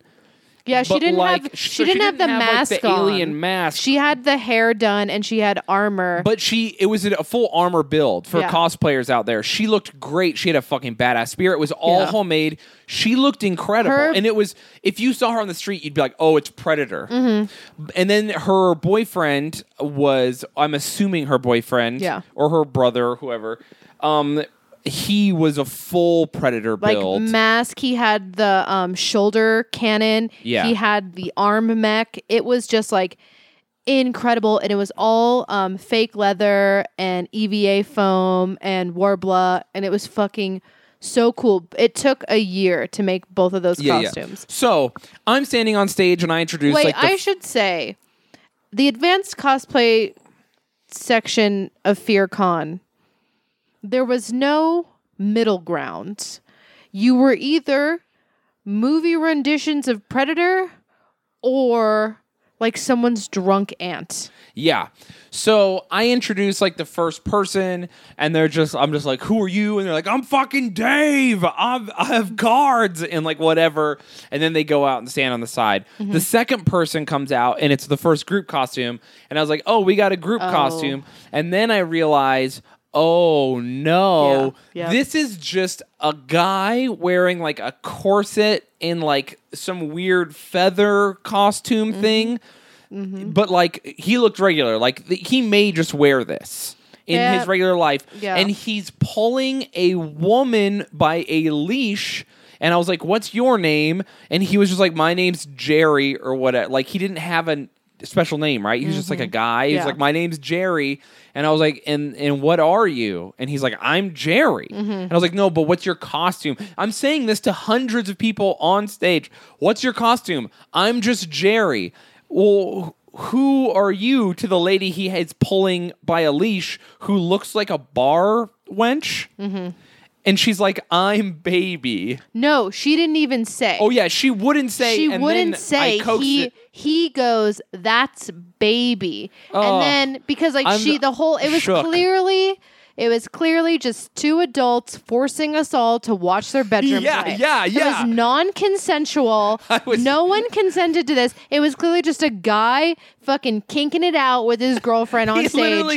yeah. She
but
didn't
like,
have
sh-
she
so
didn't have the
like,
mask
the alien
on.
mask.
She had the hair done and she had armor.
but she it was a full armor build for
Yeah.
cosplayers out there. She looked great. She had a fucking badass spear. It was all
Yeah.
homemade. She looked incredible.
Her-
and it was if you saw her on the street, you'd be like, "Oh, it's Predator."
Mm-hmm.
And then her boyfriend was I'm assuming her boyfriend
Yeah.
or her brother, whoever. Um he was a full Predator
like
build.
mask, he had the um, shoulder cannon.
Yeah.
He had the arm mech. It was just like incredible, and it was all um, fake leather and EVA foam and warbler, and it was fucking so cool. It took a year to make both of those costumes.
So I'm standing on stage and I introduce
Wait,
like the
I should say the advanced cosplay section of FearCon, there was no middle ground. You were either movie renditions of Predator or like someone's drunk aunt.
Yeah. So I introduce like the first person, and they're just, I'm just like, who are you? And they're like, I'm fucking Dave. I'm, I have guards and like whatever. And then they go out and stand on the side.
Mm-hmm.
The second person comes out, and
Oh.
it's the first group costume. And I was like, oh, we got a group costume. And then I realize, oh no,
Yeah, yeah.
this is just a guy wearing like a corset and like some weird feather costume
Mm-hmm.
thing. But like he looked regular, like th- he may just wear this in
Yeah.
his regular life,
Yeah.
and he's pulling a woman by a leash. And I was like, "What's your name?" And he was just like, "My name's Jerry" or whatever. Like he didn't have a special name, right? He was just like a guy.
Mm-hmm.
He's
Yeah.
like, "My name's Jerry," and I was like, "And and what are you?" And he's like, "I'm Jerry."
Mm-hmm.
And I was like, "No, but what's your costume?" I'm saying this to hundreds of people on stage. What's your costume? I'm just Jerry. Well. Who are you to the lady he is pulling by a leash who looks like a bar wench?
Mm-hmm.
And she's like, I'm baby.
No, she didn't even say.
Oh yeah, she wouldn't say.
she
and
wouldn't
then
say.
I coaxed
He
it.
he goes, "That's baby,"
Oh,
and then because like
I'm
she, the whole it was
shook.
clearly. It was clearly just two adults forcing us all to watch their bedroom
Yeah,
play.
yeah, yeah.
It was
<laughs>
non-consensual.
was-
no one consented to this. It was clearly just a guy fucking kinking it out with
<laughs>
his girlfriend on
He
stage.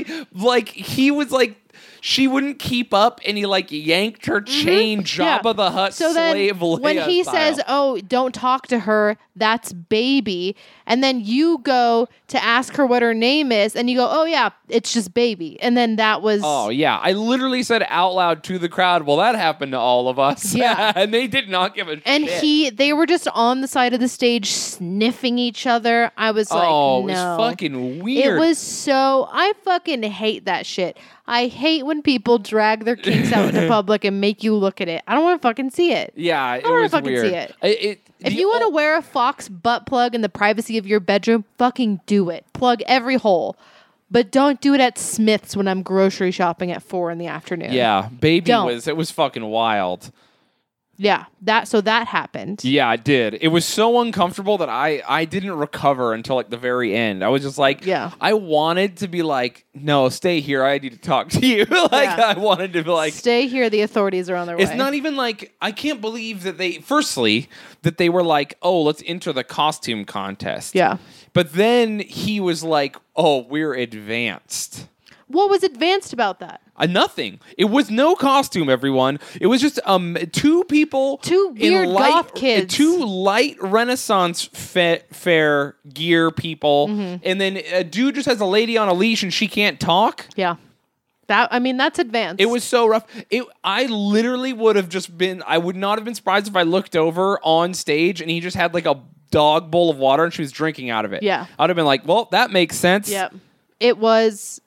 literally like he was like she wouldn't keep up, and he like yanked her chain.
Mm-hmm. <laughs> Yeah.
Jabba the Hutt
So then
slave
when
Leia
he
style.
says, "Oh, don't talk to her. That's baby," and then you go to ask her what her name is, and you go, "Oh yeah, it's just baby," and then that was
Oh yeah, I literally said out loud to the crowd, "Well, that happened to all of us."
Yeah.
<laughs> and they did not give a
and
shit.
he they were just on the side of the stage sniffing each other. I was like,
oh,
no.
it was fucking
It
weird.
was so I fucking hate that shit. I hate when people drag their kinks out
<laughs>
into public and make you look at it. I don't want to fucking see it.
yeah. I
don't wanna
was
fucking
weird.
see it.
I- it-
If
the
you want to
ol-
wear a fox butt plug in the privacy of your bedroom, fucking do it. Plug every hole. But don't do it at Smith's when I'm grocery shopping at four in the afternoon.
yeah, baby
Don't.
was it was fucking wild.
Yeah. That so that happened.
Yeah, I did. It was so uncomfortable that I I didn't recover until like the very end. I was just like,
Yeah.
I wanted to be like, no, stay here. I need to talk to you. <laughs> like
Yeah.
I wanted to be like,
Stay here, the authorities are on their
it's
way.
not e- even like I can't believe that they firstly that they were like, "Oh, let's enter the costume contest."
Yeah.
But then he was like, "Oh, we're advanced."
what was advanced about that?
Uh, nothing. It was no costume, everyone. It was just um two people,
Two
in
weird
light,
goth kids.
two light Renaissance fa- fair gear people,
Mm-hmm.
and then a dude just has a lady on a leash and she can't talk.
Yeah. That I mean that's advanced.
It was so rough. It I literally would have just been I would not have been surprised if I looked over on stage and he just had like a dog bowl of water and she was drinking out of it.
Yeah.
I'd have been like, "Well, that makes sense."
Yep. It was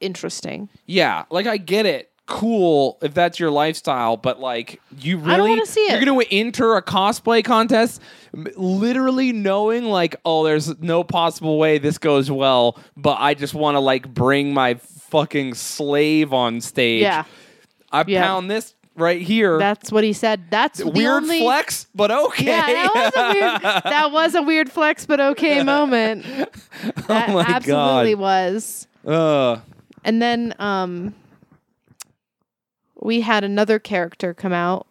interesting.
Yeah, like I get it. Cool if that's your lifestyle, but like you really
don't wanna see it.
you're going to enter a cosplay contest m- literally knowing like oh there's no possible way this goes well, but I just want to like bring my fucking slave on stage.
Yeah.
I
Yeah.
pound this right here.
That's what he said. That's the
weird
only-
flex, but okay.
Yeah, that was a weird. That was a weird flex, but okay
<laughs>
moment. That
Oh my God.
absolutely was.
<laughs> Ugh.
And then um, we had another character come out.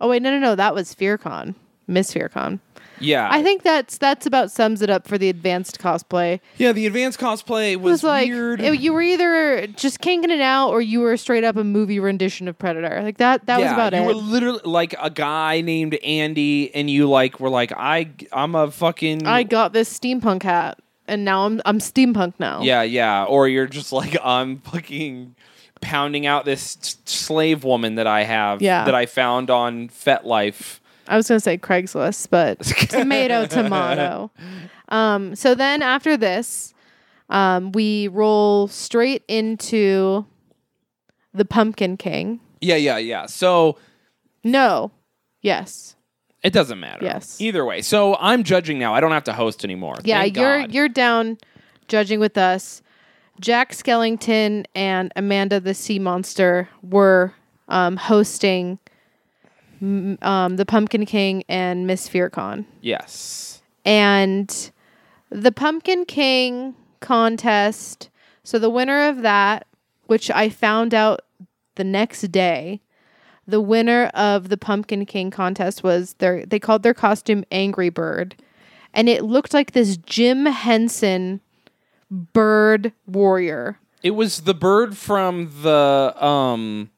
Oh wait, no, no, no. That was FearCon, Miss FearCon.
yeah.
I think that's that's about sums it up for the advanced cosplay.
yeah, the advanced cosplay
It
was,
was like
weird.
it- you were either just kinking it out, or you were straight up a movie rendition of Predator. Like that. That was
yeah,
about
you
it.
were literally like a guy named Andy, and you like were like, I, I'm a fucking,
I got this steampunk hat, and now I'm I'm steampunk now.
yeah, yeah, or you're just like, <laughs> I'm fucking pounding out this s- slave woman that I have,
Yeah.
that I found on FetLife.
I was gonna say Craigslist,
<laughs>
but tomato tomato. Um, so then after this, um, we roll straight into the Pumpkin King.
Yeah, yeah, yeah. So
No, yes,
it doesn't matter.
Yes.
Either way, so I'm judging now. I don't have to host anymore.
yeah,
Thank
you're
God.
you're down judging with us. Jack Skellington and Amanda the Sea Monster were um, hosting mm, um, the Pumpkin King and Miss FearCon.
yes.
and the Pumpkin King contest. So the winner of that, which I found out the next day, the winner of the Pumpkin King contest was their they called their costume Angry Bird. And it looked like this Jim Henson bird warrior.
It was the bird from the um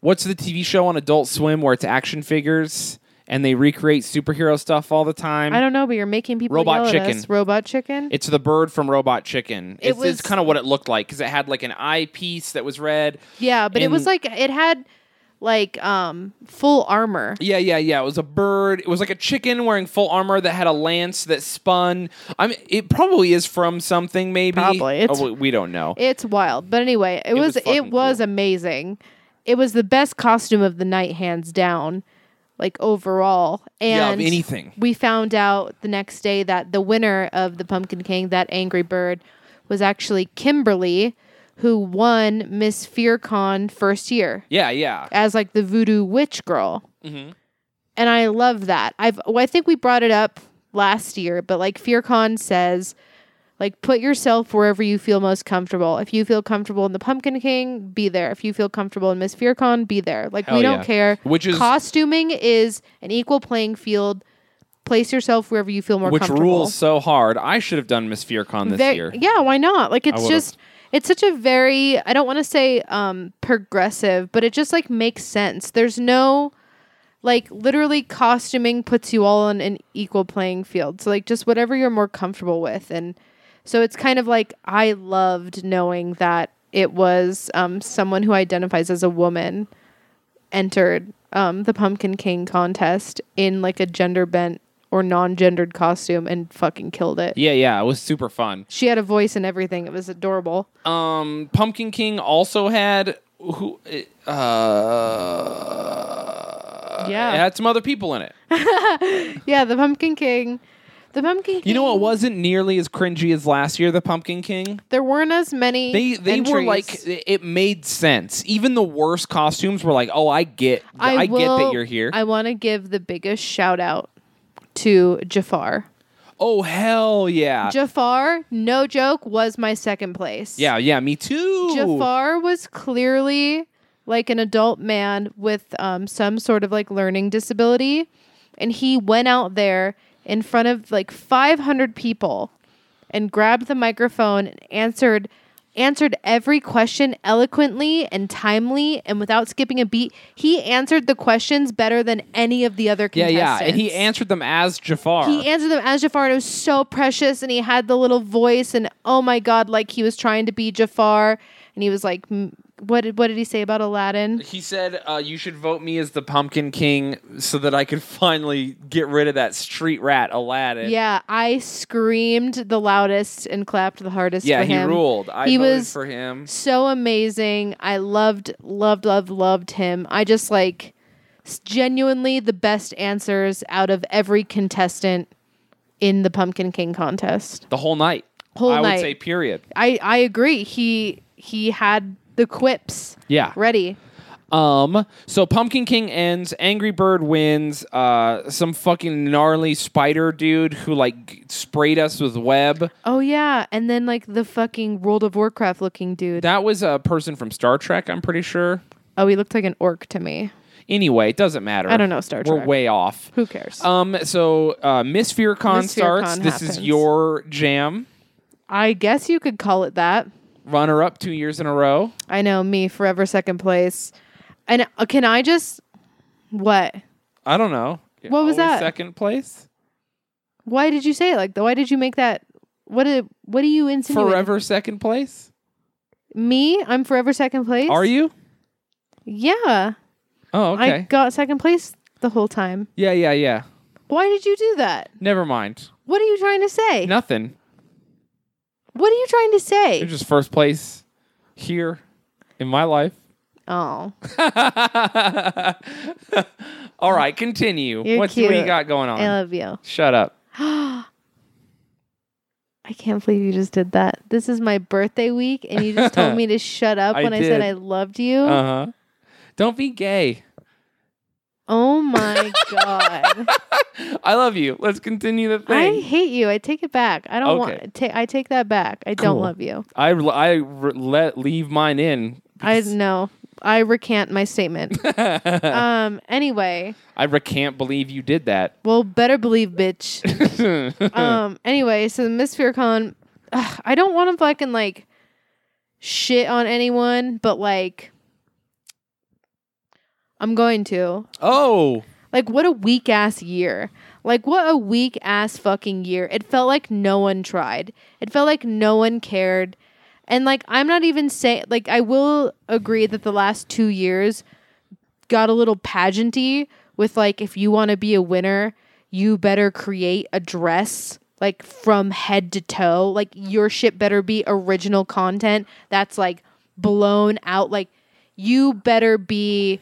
what's the TV show on Adult Swim where it's action figures and they recreate superhero stuff all the time?
I don't know, but you're making people
Robot
yell at
chicken.
us. Robot chicken.
It's the bird from Robot Chicken.
It
It was
was-
kind of what it looked like because it had like an eyepiece that was red.
yeah, but it was
and-
like it had like um full armor.
Yeah, yeah, yeah. It was a bird. It was like a chicken wearing full armor that had a lance that spun. I mean, it probably is from something. Maybe
Probably. It's-
Oh, we- we don't know.
It's wild. But anyway, it, was,
was fucking
it was
cool.
amazing. It was the best costume of the night, hands down, like overall. And
Yeah, of anything.
We found out the next day that the winner of the Pumpkin King, that Angry Bird, was actually Kimberly, who won Miss FearCon first year
yeah, yeah.
as like the voodoo witch girl.
Mm-hmm.
And I love that. I've well, I think we brought it up last year, but like FearCon says, like put yourself wherever you feel most comfortable. If you feel comfortable in the Pumpkin King, be there. If you feel comfortable in Miss FearCon, be there. Like
Hell
we don't
yeah.
care.
Which is-
costuming is an equal playing field. Place yourself wherever you feel more
Which
comfortable.
rules so hard. I should have done Miss FearCon this
Ve-
year.
Yeah, why not? Like it's
would've.
just it's such a very I don't want to say um progressive, but it just like makes sense. There's no like literally costuming puts you all on an equal playing field. So like just whatever you're more comfortable with and so it's kind of like I loved knowing that it was um someone who identifies as a woman entered um the Pumpkin King contest in like a gender bent or non-gendered costume and fucking killed it.
Yeah, yeah, it was super fun.
She had a voice and everything. It was adorable.
Um, Pumpkin King also had who?
Ah.
Uh,
Yeah.
it had some other people in it.
Yeah, the Pumpkin King. The Pumpkin King.
You know, it wasn't nearly as cringy as last year. The Pumpkin King.
There weren't as many.
They they were
entries.
like it it made sense. Even the worst costumes were like, oh, I get, I, get that
will-
you're here.
I want to give the biggest shout out to Jafar.
oh hell yeah,
Jafar, no joke, was my second place.
yeah yeah, me too.
Jafar was clearly like an adult man with um, some sort of like learning disability. And he went out there in front of like 500 people and grabbed the microphone and answered answered every question eloquently and timely and without skipping a beat. He answered the questions better than any of the other
Yeah
contestants.
yeah, and he answered them as Jafar.
He answered them as Jafar, and it was so precious. And he had the little voice, and oh my god, like he was trying to be Jafar, and he was like, "Mm, "What did what did he say about Aladdin?"
He said, uh, "You should vote me as the Pumpkin King so that I could <laughs> finally get rid of that street rat Aladdin."
Yeah, I screamed the loudest and clapped the hardest.
yeah,
for
he
him.
ruled. I
He
voted
was-
for him.
So amazing. I loved, loved, loved, loved him. I just like s- genuinely the best answers out of every contestant in the Pumpkin King contest.
The whole night.
Whole
I would
night.
say period.
I I agree. He he had the quips
Yeah.
ready.
Um. So Pumpkin King ends. Angry Bird wins. Uh, some fucking gnarly spider dude who like g- sprayed us with web.
Oh yeah, and then like the fucking World of Warcraft looking dude.
That was a person from Star Trek. I'm pretty sure.
oh, he looked like an orc to me.
Anyway, it doesn't matter.
I don't know Star
We're
Trek.
way off.
Who cares?
Um. So uh, Miss FearCon
Miss
starts.
FearCon
this is
happens.
your jam.
I guess you could call it that.
runner up two years in a row.
I know me forever second place. And uh, can I just what?
I don't know.
What was
Always
that?
Second place.
Why did you say it like that? Why did you make that? What did? What do you insinuate?
Forever second place.
Me? I'm forever second place.
Are you?
Yeah.
Oh,
I
okay.
got second place the whole time.
yeah, yeah, yeah.
Why did you do that?
Never mind.
What are you trying to say?
Nothing.
What are you trying to
You're
say?
just first place here in my life.
Oh,
All right, continue.
You're
What's, What do you
cute.
got going on?
I love you.
Shut up.
<gasps> I can't believe you just did that. This is my birthday week, and you just told
<laughs>
me to shut up
I
when I said
did.
I loved you.
Uh huh. Don't be gay.
oh
<laughs>
my god!
I love you. Let's continue the
I
thing.
hate you. I take it back. I don't
Okay.
want. Ta- I take that back. I don't
Cool.
love you.
I, re- I re- let leave mine in.
I no. I recant my
<laughs>
statement. um. Anyway,
I re- can't believe you did that.
well, better believe, bitch. um. Anyway, so Miss FearCon, ugh, I don't want to fucking like shit on anyone, but like I'm going to.
Oh,
Like what a weak ass year. Like what a weak ass fucking year. It felt like no one tried. It felt like no one cared. And like I'm not even saying like I will agree that the last 2 years got a little pageanty with like if you want to be a winner, you better create a dress like from head to toe. Like your shit better be original content that's like blown out like you better be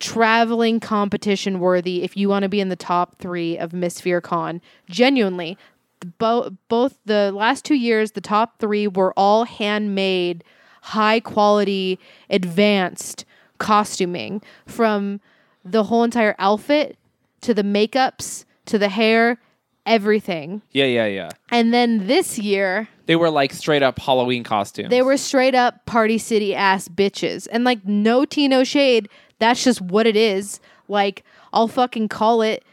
traveling competition worthy if you want to be in the top three of Miss FearCon. Genuinely, bo- both the last two years, the top three were all handmade, high quality, advanced costuming from the whole entire outfit to the makeups to the hair, everything.
yeah, yeah, yeah.
And then this year,
They were like straight up Halloween costumes.
they
<laughs>
were straight up Party City ass bitches. And like, no tea, no shade. That's just what it is. Like, I'll fucking call it.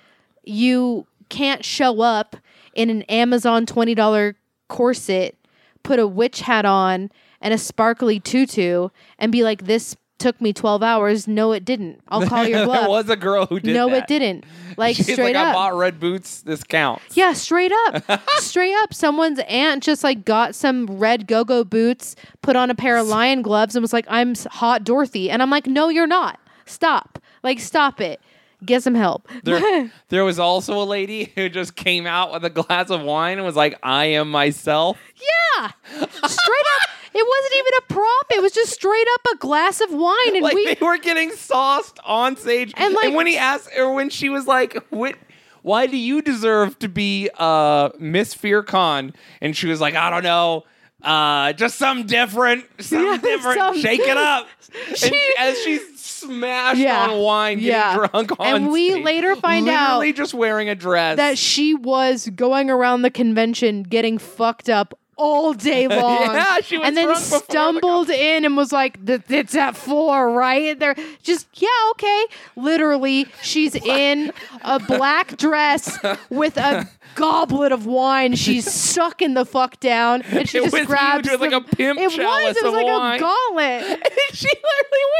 You can't show up in an Amazon $20 corset, put a witch hat on, and a sparkly tutu and be like, this took me 12 hours. No, it didn't. I'll call
<laughs>
your
there
bluff.
was a girl who did.
no,
that.
it didn't. Like,
<laughs> She's
straight
like, I
up.
bought red boots. This counts.
Yeah, straight
<laughs>
up. straight up. Someone's aunt just like got some red go go boots, put on a pair of lion gloves, and was like, I'm s- hot Dorothy. And I'm like, no, you're not. Stop. Like, stop it. Get some help. <laughs>
There, there was also a lady who just came out with a glass of wine and was like, "I am myself."
yeah. Straight up. It wasn't even a prop. It was just straight up a glass of wine. And
<laughs> Like
we.
they were getting sauced on stage,
And, like-
when he asked, or when she was like, "What? Why do you deserve to be uh, Miss FearCon?" and she was like, "I don't know." Uh, just
<laughs>
something different, something
Yeah,
different.
some-
Shake it up.
<laughs>
and
She-
she, as she smashed
Yeah,
on wine, getting
yeah.
drunk on
And we
stage,
later find
literally
out
just wearing a dress.
that she was going around the convention getting fucked up all day
<laughs>
long.
Yeah, she was
and then
drunk before the
stumbled in and was like, "Th- "It's at four, right?" They're just yeah, okay. Literally,
<laughs>
she's in a black dress with a goblet of wine. She's sucking the fuck down, and she
It
just
was
grabs.
huge. It was
the-
like a pimp
It was.
chalice
It was
of
like a
wine.
gauntlet.
<laughs> And she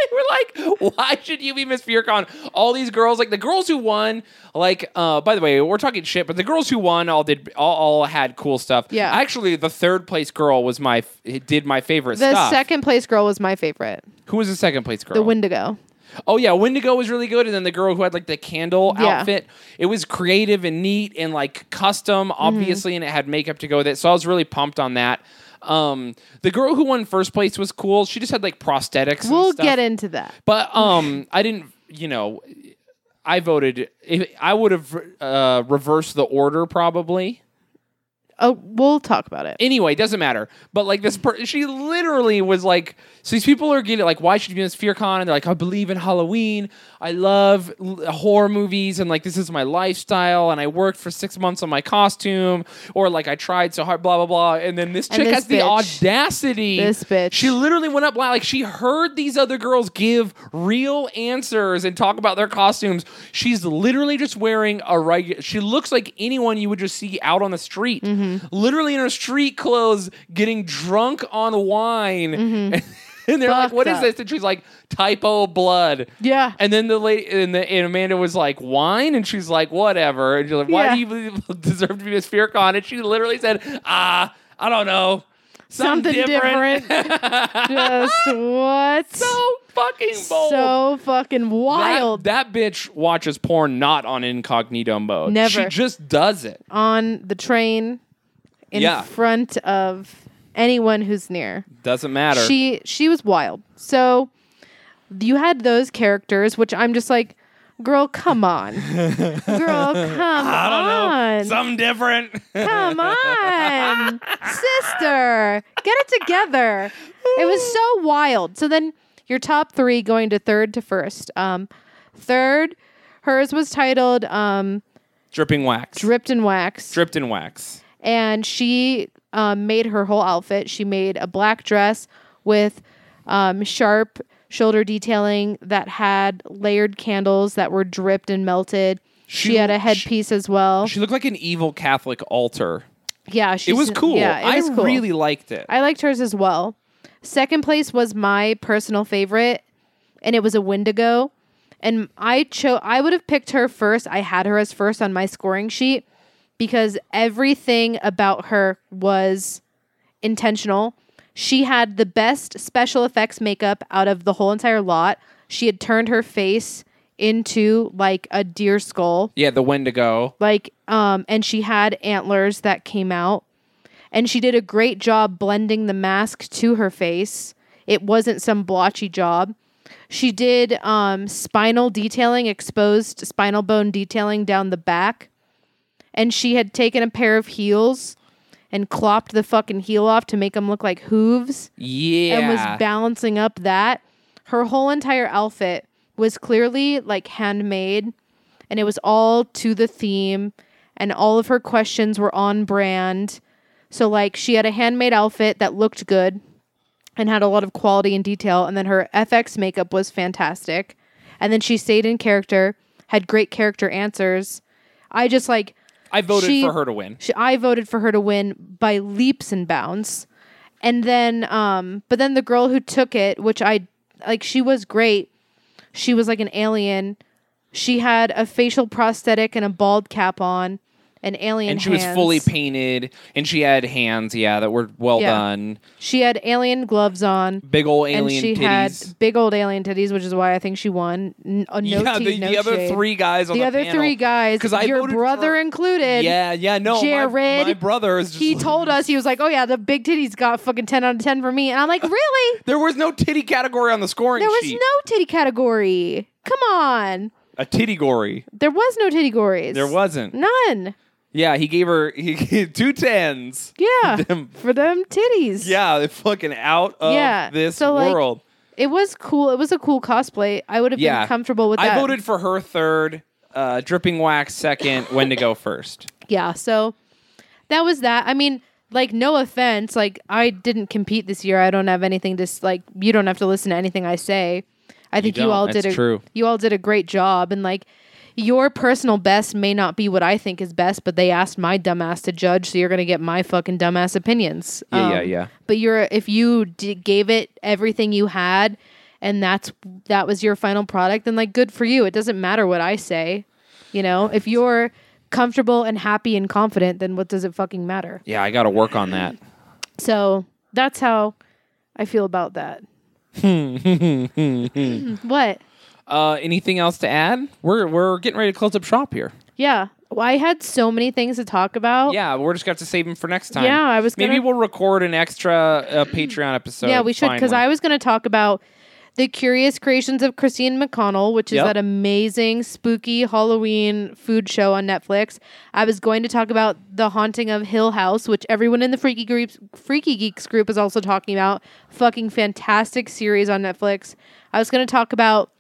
literally went, we're like, why should you be Miss FearCon? All these girls, like the girls who won, like, uh, by the way, we're talking shit, but the girls who won all did, all, all had cool stuff.
Yeah.
Actually, the third place girl was my, f- did my favorite
The
stuff.
second place girl was my favorite.
who was the second place girl?
The Wendigo.
oh, yeah. Wendigo was really good. And then the girl who had like the candle
Yeah.
outfit, it was creative and neat and like custom,
Mm-hmm.
obviously, and it had makeup to go with it. So I was really pumped on that. Um, the girl who won first place was cool. She just had like prosthetics. and
We'll
stuff.
get into that.
But um, I didn't. You know, I voted. If, I would have uh, reversed the order probably.
Oh, we'll talk about it.
Anyway, doesn't matter. But like this, per- she literally was like. So these people are getting like, why should you be in this fear con? And they're like, I believe in Halloween. I love l- horror movies, and like this is my lifestyle. And I worked for six months on my costume, or like I tried so hard, blah blah blah. And then this
And
chick
this
has the
bitch.
audacity.
This bitch.
She literally went up loud. Like she heard these other girls give real answers and talk about their costumes. She's literally just wearing a regular. She looks like anyone you would just see out on the street.
Mm-hmm.
Literally in her street clothes, getting drunk on wine. <laughs> And they're like,
Mm-hmm. Fucked
"What is
up.
this?" And she's like, "Typo blood."
Yeah.
And then the lady and, the, and Amanda was like, "Wine," and she's like, "Whatever." And she's like,
Yeah.
"Why do you <laughs> deserve to be Miss FearCon?" And she literally said, "Ah, I don't know."
Something
<laughs>
Just what?
so fucking bold.
So fucking
That-
wild.
That, bitch watches porn not on incognito mode. She
Never.
just does it.
On the train in
Yeah.
front of anyone who's near.
Doesn't matter.
She she was wild. So you had those characters, which I'm just like, girl, come
<laughs>
on. girl, come on.
Something different. <laughs>
Come on, sister, get it together. It was so wild. So then your top three going to third to first. Um, third, hers was titled um,
Dripping wax.
"Dripped in Wax,"
Dripped in wax.
and she um, made her whole outfit. She made a black dress with um, sharp shoulder detailing that had layered candles that were dripped and melted. She,
She-
had a headpiece as well.
She looked like an evil Catholic altar.
yeah, she
It was cool.
Yeah, it was
I
cool.
really liked it.
I liked hers as well. Second place was my personal favorite, and it was a Wendigo. And I chose I would have picked her first. I had her as first on my scoring sheet because everything about her was intentional. She had the best special effects makeup out of the whole entire lot. She had turned her face into like a deer skull
Yeah, the Wendigo.
like um and she had antlers that came out and she did a great job blending the mask to her face it wasn't some blotchy job she did um spinal detailing exposed spinal bone detailing down the back and she had taken a pair of heels and clopped the fucking heel off to make them look like hooves
Yeah.
and was balancing up that her whole entire outfit was clearly like handmade and it was all to the theme and all of her questions were on brand so like she had a handmade outfit that looked good and had a lot of quality and detail and then her fx makeup was fantastic and then she stayed in character had great character answers i just like
I voted
she-
for her to win.
she, I voted for her to win by leaps and bounds. And then, um, but then the girl who took it, which I like, she was great. She was like an alien. She had a facial prosthetic and a bald cap on, an alien.
And she was
hands.
fully painted and she had hands, yeah, that were well
Yeah.
done.
She had alien gloves on,
Big old alien
and she
titties.
had big old alien titties, which is why I think she won. N- uh, no
<laughs> yeah,
tea,
the,
no
the other
shade.
three guys on
the
the
other
panel-
three guys,
'Cause I
your
voted
brother
for-
included.
Yeah, yeah, no. my-
Jared,
my, brother is just
he
like-
told us he was like, "Oh yeah, the big titties got fucking ten out of ten for me," and I'm like, "Really?
There was no titty category on the scoring
there was
sheet.
no titty category. Come on,
a titty gory.
there was no titty gories.
There wasn't.
none.
Yeah, he gave her he <laughs> gave two tens.
Yeah,
<laughs> Them-
for them titties.
Yeah, they're fucking out of
Yeah,
this
so, like,
world.
it was cool. It was a cool cosplay. I would have
Yeah.
been comfortable with that.
I voted for her third, uh, Dripping Wax second, Wendigo first.
Yeah, so that was that. I mean, like, no offense, like I didn't compete this year. I don't have anything to s- like. You don't have to listen to anything I say. I think you,
don't.
all
That's
did a
true.
you all did a great job, and like your personal best may not be what I think is best, but they asked my dumbass to judge, so you're gonna get my fucking dumbass opinions. Um,
Yeah, yeah, yeah.
But you're if you d- gave it everything you had. And that's that was your final product. Then, like, good for you. It doesn't matter what I say. You know, if you're comfortable and happy and confident, then what does it fucking matter?
Yeah, I got to work on that.
So that's how I feel about
<laughs>
that. what?
Uh, anything else to add? We're we're getting ready to close up shop here.
Yeah. Well, I had so many things to talk about.
Yeah, we're just gonna have to save them for next time.
Yeah, I was
Maybe
gonna-
we'll record an extra uh, Patreon episode.
yeah, we should because
finally.
I was going to talk about the Curious Creations of Christine McConnell, which is
Yep.
that amazing spooky Halloween food show on Netflix. I was going to talk about The Haunting of Hill House, which everyone in the Freaky Geeks Freaky Geeks group is also talking about. Fucking fantastic series on Netflix. I was going to talk about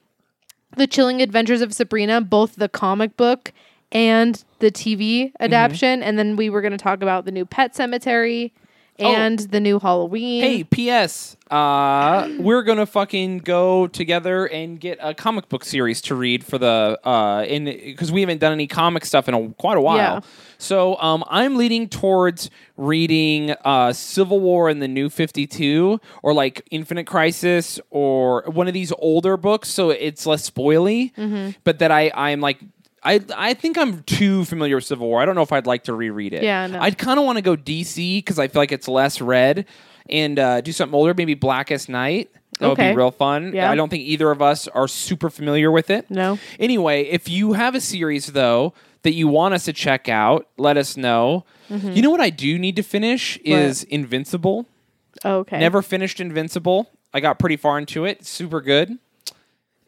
The Chilling Adventures of Sabrina, both the comic book and the TV
Mm-hmm.
adaptation, and then we were going to talk about the new Pet Cemetery.
Oh.
And the new Halloween.
Hey, P.S.
<clears throat>
Uh, we're gonna fucking go together and get a comic book series to read for the uh, in because we haven't done any comic stuff in a, quite a while.
Yeah.
So um, I'm leaning towards reading uh, Civil War and the New Fifty Two, or like Infinite Crisis, or one of these older books, so it's less spoily.
Mm-hmm.
But that I I'm like. I, I think I'm too familiar with Civil War. I don't know if I'd like to reread it.
Yeah, I know.
I'd kind of want to go DC because I feel like it's less red and uh, do something older, maybe Blackest Night. That would
Okay.
be real fun.
Yeah.
I don't think either of us are super familiar with it.
No.
Anyway, if you have a series though that you want us to check out, let us know.
Mm-hmm.
You know what I do need to finish is Invincible.
Okay.
Never finished Invincible. I got pretty far into it. Super good.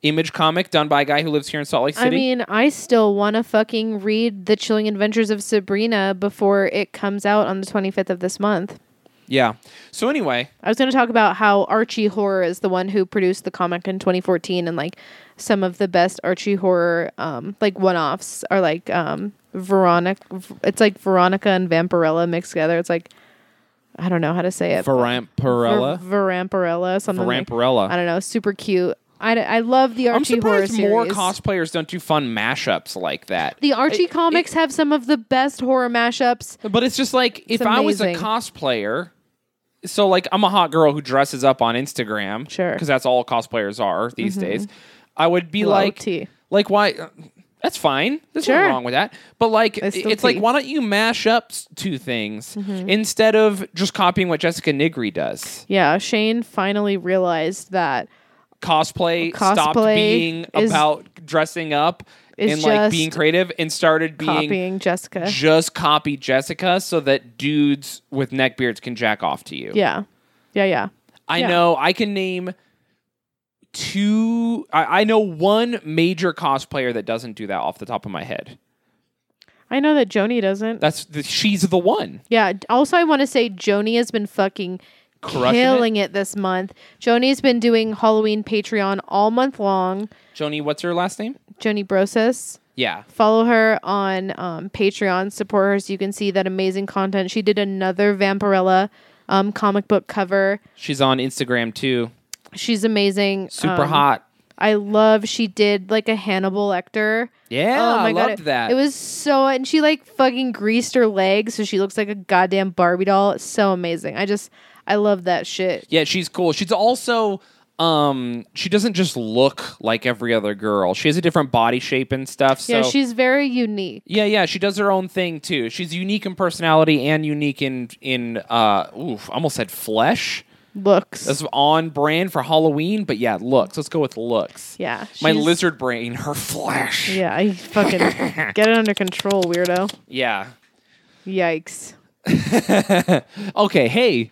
Image comic done by a guy who lives here in Salt Lake City.
I mean, I still want to fucking read The Chilling Adventures of Sabrina before it comes out on the 25th of this month.
yeah. So anyway,
I was going to talk about how Archie Horror is the one who produced the comic in 2014 and like some of the best Archie Horror um like one-offs are like um Veronica it's like Veronica and Vampirella mixed together. It's like I don't know how to say it.
Varamparella.
Ver- Varamparella something. like-
Varamparella.
I don't know, super cute. I, I love the
I'm
Archie Horror
surprised more
series.
cosplayers don't do fun mashups like that.
The Archie comics have some of the best horror mashups.
But it's just like if I was a
amazing.
cosplayer, so like I'm a hot girl who dresses up on Instagram,
Sure. Mm-hmm.
because that's all cosplayers are these days. I would be
Low
like,
T.
like why? That's fine. There's
Sure.
nothing wrong with that. But like,
It's
it's,
still Mm-hmm.
like,
tea.
why don't you mash up s- two things instead of just copying what Jessica Nigri does?
Yeah, Shane finally realized that
Cosplay, stopped
Cosplay
being
is-
about dressing up
is
and like
just
being creative and started being
copying <laughs> Jessica.
just copy Jessica so that dudes with neck beards can jack off to you.
yeah. Yeah, yeah.
I
yeah.
know I can name two I, I know one major cosplayer that doesn't do that off the top of my head.
I know that Joni doesn't.
That's the, she's the one.
Yeah. Also, I want to say Joni has been fucking
Crushing it?
killing it. this month. Joni's been doing Halloween Patreon all month long.
Joni, what's her last name?
Joni Brosis.
Yeah.
Follow her on um, Patreon. Support her so you can see that amazing content. She did another Vampirella um, comic book cover.
She's on Instagram too.
She's amazing.
Super
Um,
hot.
I love she did like a Hannibal Lecter.
Yeah,
oh my
I
god,
loved
it-
that.
It was so and she like fucking greased her legs so she looks like a goddamn Barbie doll. It's so amazing. I just I love that shit.
Yeah, she's cool. She's also um she doesn't just look like every other girl. She has a different body shape and stuff. So
yeah, she's very unique.
Yeah, yeah, she does her own thing too. She's unique in personality and unique in in uh oof, I almost said flesh.
Looks.
That's on brand for Halloween, but yeah, looks. Let's go with looks.
yeah.
My
she's-
lizard brain, her flesh. Yeah.
Yeah, I
<laughs>
fucking get it under control, weirdo. Yikes.
Okay, hey,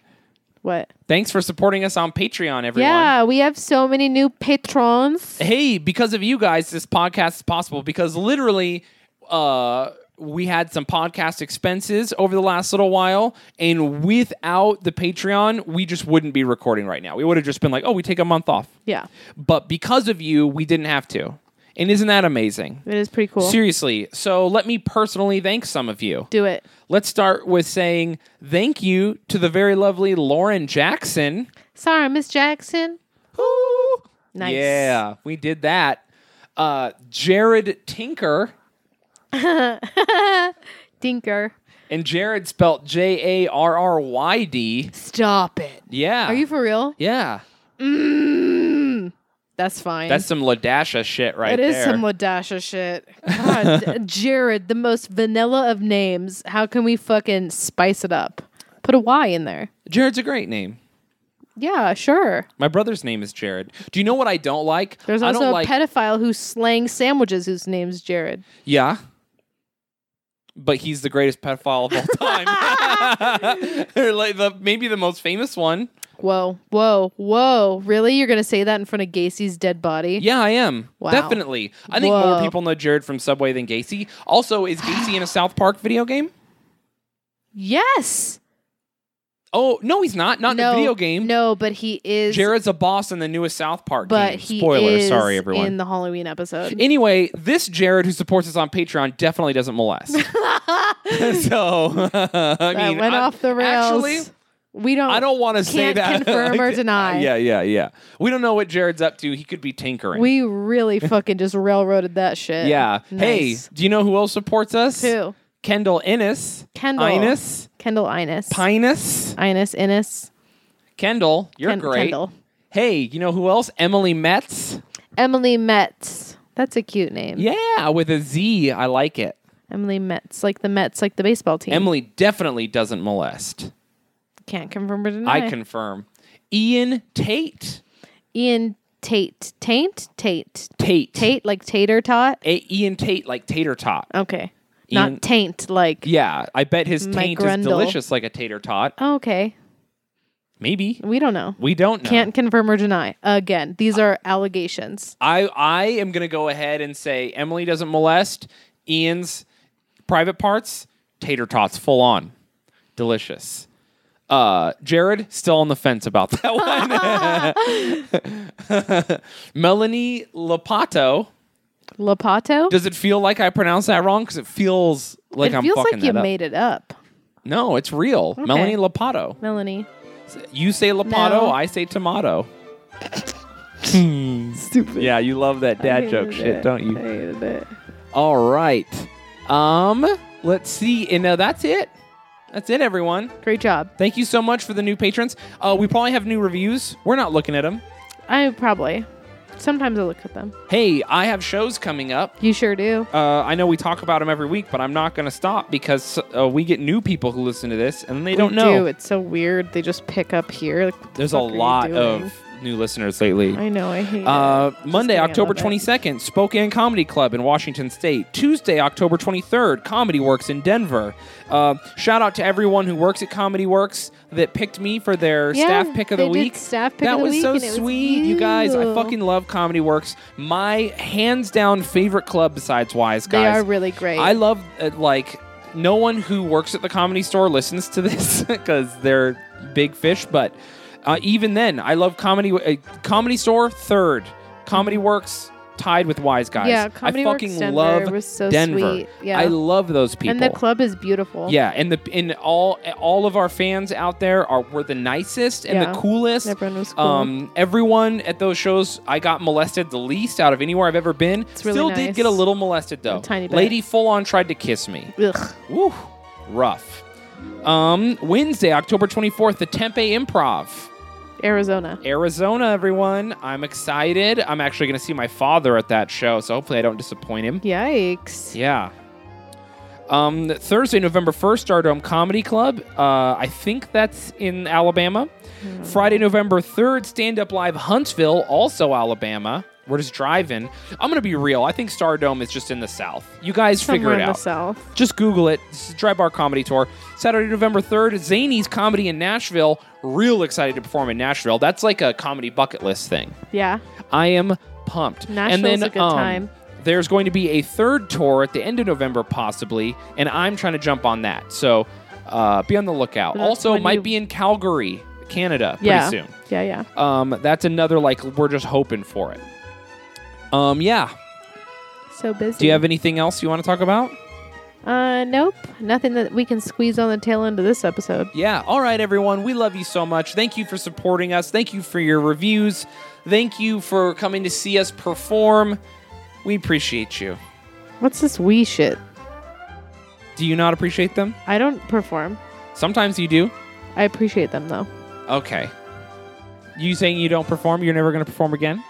What?
thanks for supporting us on Patreon, everyone.
Yeah, we have so many new patrons.
Hey, because of you guys, this podcast is possible because literally uh we had some podcast expenses over the last little while, and without the Patreon, we just wouldn't be recording right now. We would have just been like, oh, we take a month off.
Yeah.
But because of you, we didn't have to. And isn't that amazing?
It is pretty cool.
Seriously. So let me personally thank some of you.
Do it.
Let's start with saying thank you to the very lovely Lauren Jackson.
Sorry, Miss Jackson.
Ooh.
Nice.
Yeah, we did that. Uh, Jared Tinker,
Dinker.
and Jared spelt J A R R Y D.
Stop it.
Yeah.
Are you for real?
yeah.
Mm. That's fine.
That's some Ladasha shit right
It is
there.
some Ladasha <laughs> shit. God, Jared, the most vanilla of names. How can we fucking spice it up? Put a Y in there.
Jared's a great name.
Yeah, sure.
My brother's name is Jared. Do you know what I don't like?
There's
I
also
don't
a
like
pedophile who's slaying sandwiches whose name's Jared.
Yeah. But he's the greatest pedophile of
<laughs>
all time. <laughs> or like the maybe the most famous one.
Whoa, whoa, whoa. Really? You're going to say that in front of Gacy's dead body?
Yeah, I am.
Wow.
Definitely. I think more
Whoa.
people know Jared from Subway than Gacy. Also, is Gacy
<gasps>
in a South Park video game?
Yes.
Oh, no, he's not. Not in
no
a video game.
No, but he is.
Jared's a boss in the newest South Park
but
game.
he
Spoiler,
is
sorry everyone.
in the Halloween episode.
anyway, this Jared who supports us on Patreon definitely
<laughs>
doesn't molest. <laughs> so, I
that
mean,
went
I'm-
off the rails.
Actually,
we don't.
I don't want to say
Can't
that. <laughs>
confirm or deny.
Yeah, yeah, yeah. We don't know what Jared's up to. He could be tinkering.
We really fucking just railroaded that shit.
yeah.
Nice.
Hey, do you know who else supports us?
Who?
Kendall Innes.
Kendall.
Innes.
Kendall Innes.
Pinus.
Innes Innes.
Kendall, you're
Ken-
great.
Kendall.
Hey, you know who else? Emily Metz.
Emily Metz. That's a cute name.
Yeah, with a Z. I like it.
Emily Metz, like the Mets, like the baseball team.
Emily definitely doesn't molest.
Can't confirm or deny.
I confirm. Ian Tate.
Ian Tate. Taint? Tate.
Tate.
Tate, like tater tot?
A- Ian Tate, like tater tot.
Okay.
Ian-
Not taint, like.
Yeah, I bet his
Mike
taint is
Grundle.
delicious like a tater tot.
Oh, okay.
Maybe.
We don't know.
We don't know.
Can't confirm or deny. Again, these are allegations.
I I am gonna go ahead and say Emily doesn't molest Ian's private parts. Tater tots, full on, delicious. Uh, Jared still on the fence about that one. <laughs> Melanie Lapato.
Lapato?
Does it feel like I pronounced that wrong? Because it feels like
it
I'm
feels
fucking
like you
that up.
made it up,
no, it's real. Melanie Lapato.
Melanie.
You say Lapato,
No.
I
<laughs>
say tomato. Hmm.
Stupid.
Yeah, you love that dad joke shit, don't you? All right. Um, let's see. And now that's it. That's it, everyone.
Great job.
Thank you so much for the new patrons. Uh, we probably have new reviews. We're not looking at them.
I probably. Sometimes I look at them.
Hey, I have shows coming up.
You sure do.
Uh, I know we talk about them every week, but I'm not going to stop because uh, we get new people who listen to this and they don't
We
know.
do. It's so weird. They just pick up here. Like, what the
There's a
fuck are you
lot
doing?
of new listeners lately.
I know. I hate
Uh,
it. Just
Monday,
kidding, I
October
love it.
22nd, Spokane Comedy Club in Washington State. Tuesday, October 23rd, Comedy Works in Denver. Uh, shout out to everyone who works at Comedy Works that picked me for their
Yeah,
staff pick of the
they did
week.
staff pick
that
of the
was
week,
so
and it was
sweet, you guys. I
you.
fucking love Comedy Works. My hands down favorite club besides Wise
They
guys.
are really great.
I love uh, like no one who works at the comedy store listens to this <laughs> because they're big fish. But uh, even then, I love comedy. Uh, comedy store third, comedy works tied with Wise Guys.
Yeah, Comedy
I
Works
fucking
Denver
love
was so
Denver.
sweet. Yeah.
I love those people.
and the club is beautiful.
Yeah, and the and all all of our fans out there are were the nicest and
Yeah.
the coolest.
Everyone was cool.
Um, everyone at those shows, I got molested the least out of anywhere I've ever been.
really
Still
nice.
did get a little molested though.
A tiny bit.
Lady full on tried to kiss me.
Ugh.
Woo, rough. Um, Wednesday, October twenty fourth, the Tempe Improv.
Arizona.
Arizona, everyone. I'm excited. I'm actually going to see my father at that show, so hopefully I don't disappoint him.
Yikes.
Yeah. Um, Thursday, November 1st, Stardome Comedy Club. Uh, I think that's in Alabama.
Hmm.
Friday, November 3rd, Stand Up Live Huntsville, also Alabama. We're just driving. I'm going to be real. I think Stardome is just in the South. You guys
Somewhere
figure
in
it
the
out.
south.
Just Google it. This is Dry Bar Comedy Tour. Saturday, November 3rd, Zany's Comedy in Nashville. Real excited to perform in Nashville. That's like a comedy bucket list thing.
Yeah.
I am pumped. and
Nashville's
then,
a good
um,
time.
There's going to be a third tour at the end of November, possibly, and I'm trying to jump on that. So uh, be on the lookout.
That's
Also,
when
might
you-
be in Calgary, Canada, pretty
Yeah.
soon.
Yeah. Yeah.
Um, that's another like we're just hoping for it. Um, yeah.
So busy.
Do you have anything else you want to talk about?
Uh, nope. Nothing that we can squeeze on the tail end of this episode.
Yeah. All right, everyone. We love you so much. Thank you for supporting us. Thank you for your reviews. Thank you for coming to see us perform. We appreciate you.
What's this we shit?
Do you not appreciate them?
I don't perform.
Sometimes you do.
I appreciate them though.
Okay. You saying you don't perform? You're never going to perform again?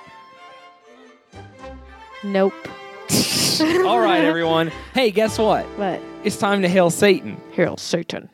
Nope.
All right, everyone. Hey, guess what?
<laughs> But
It's time to hail Satan.
Harold Satan.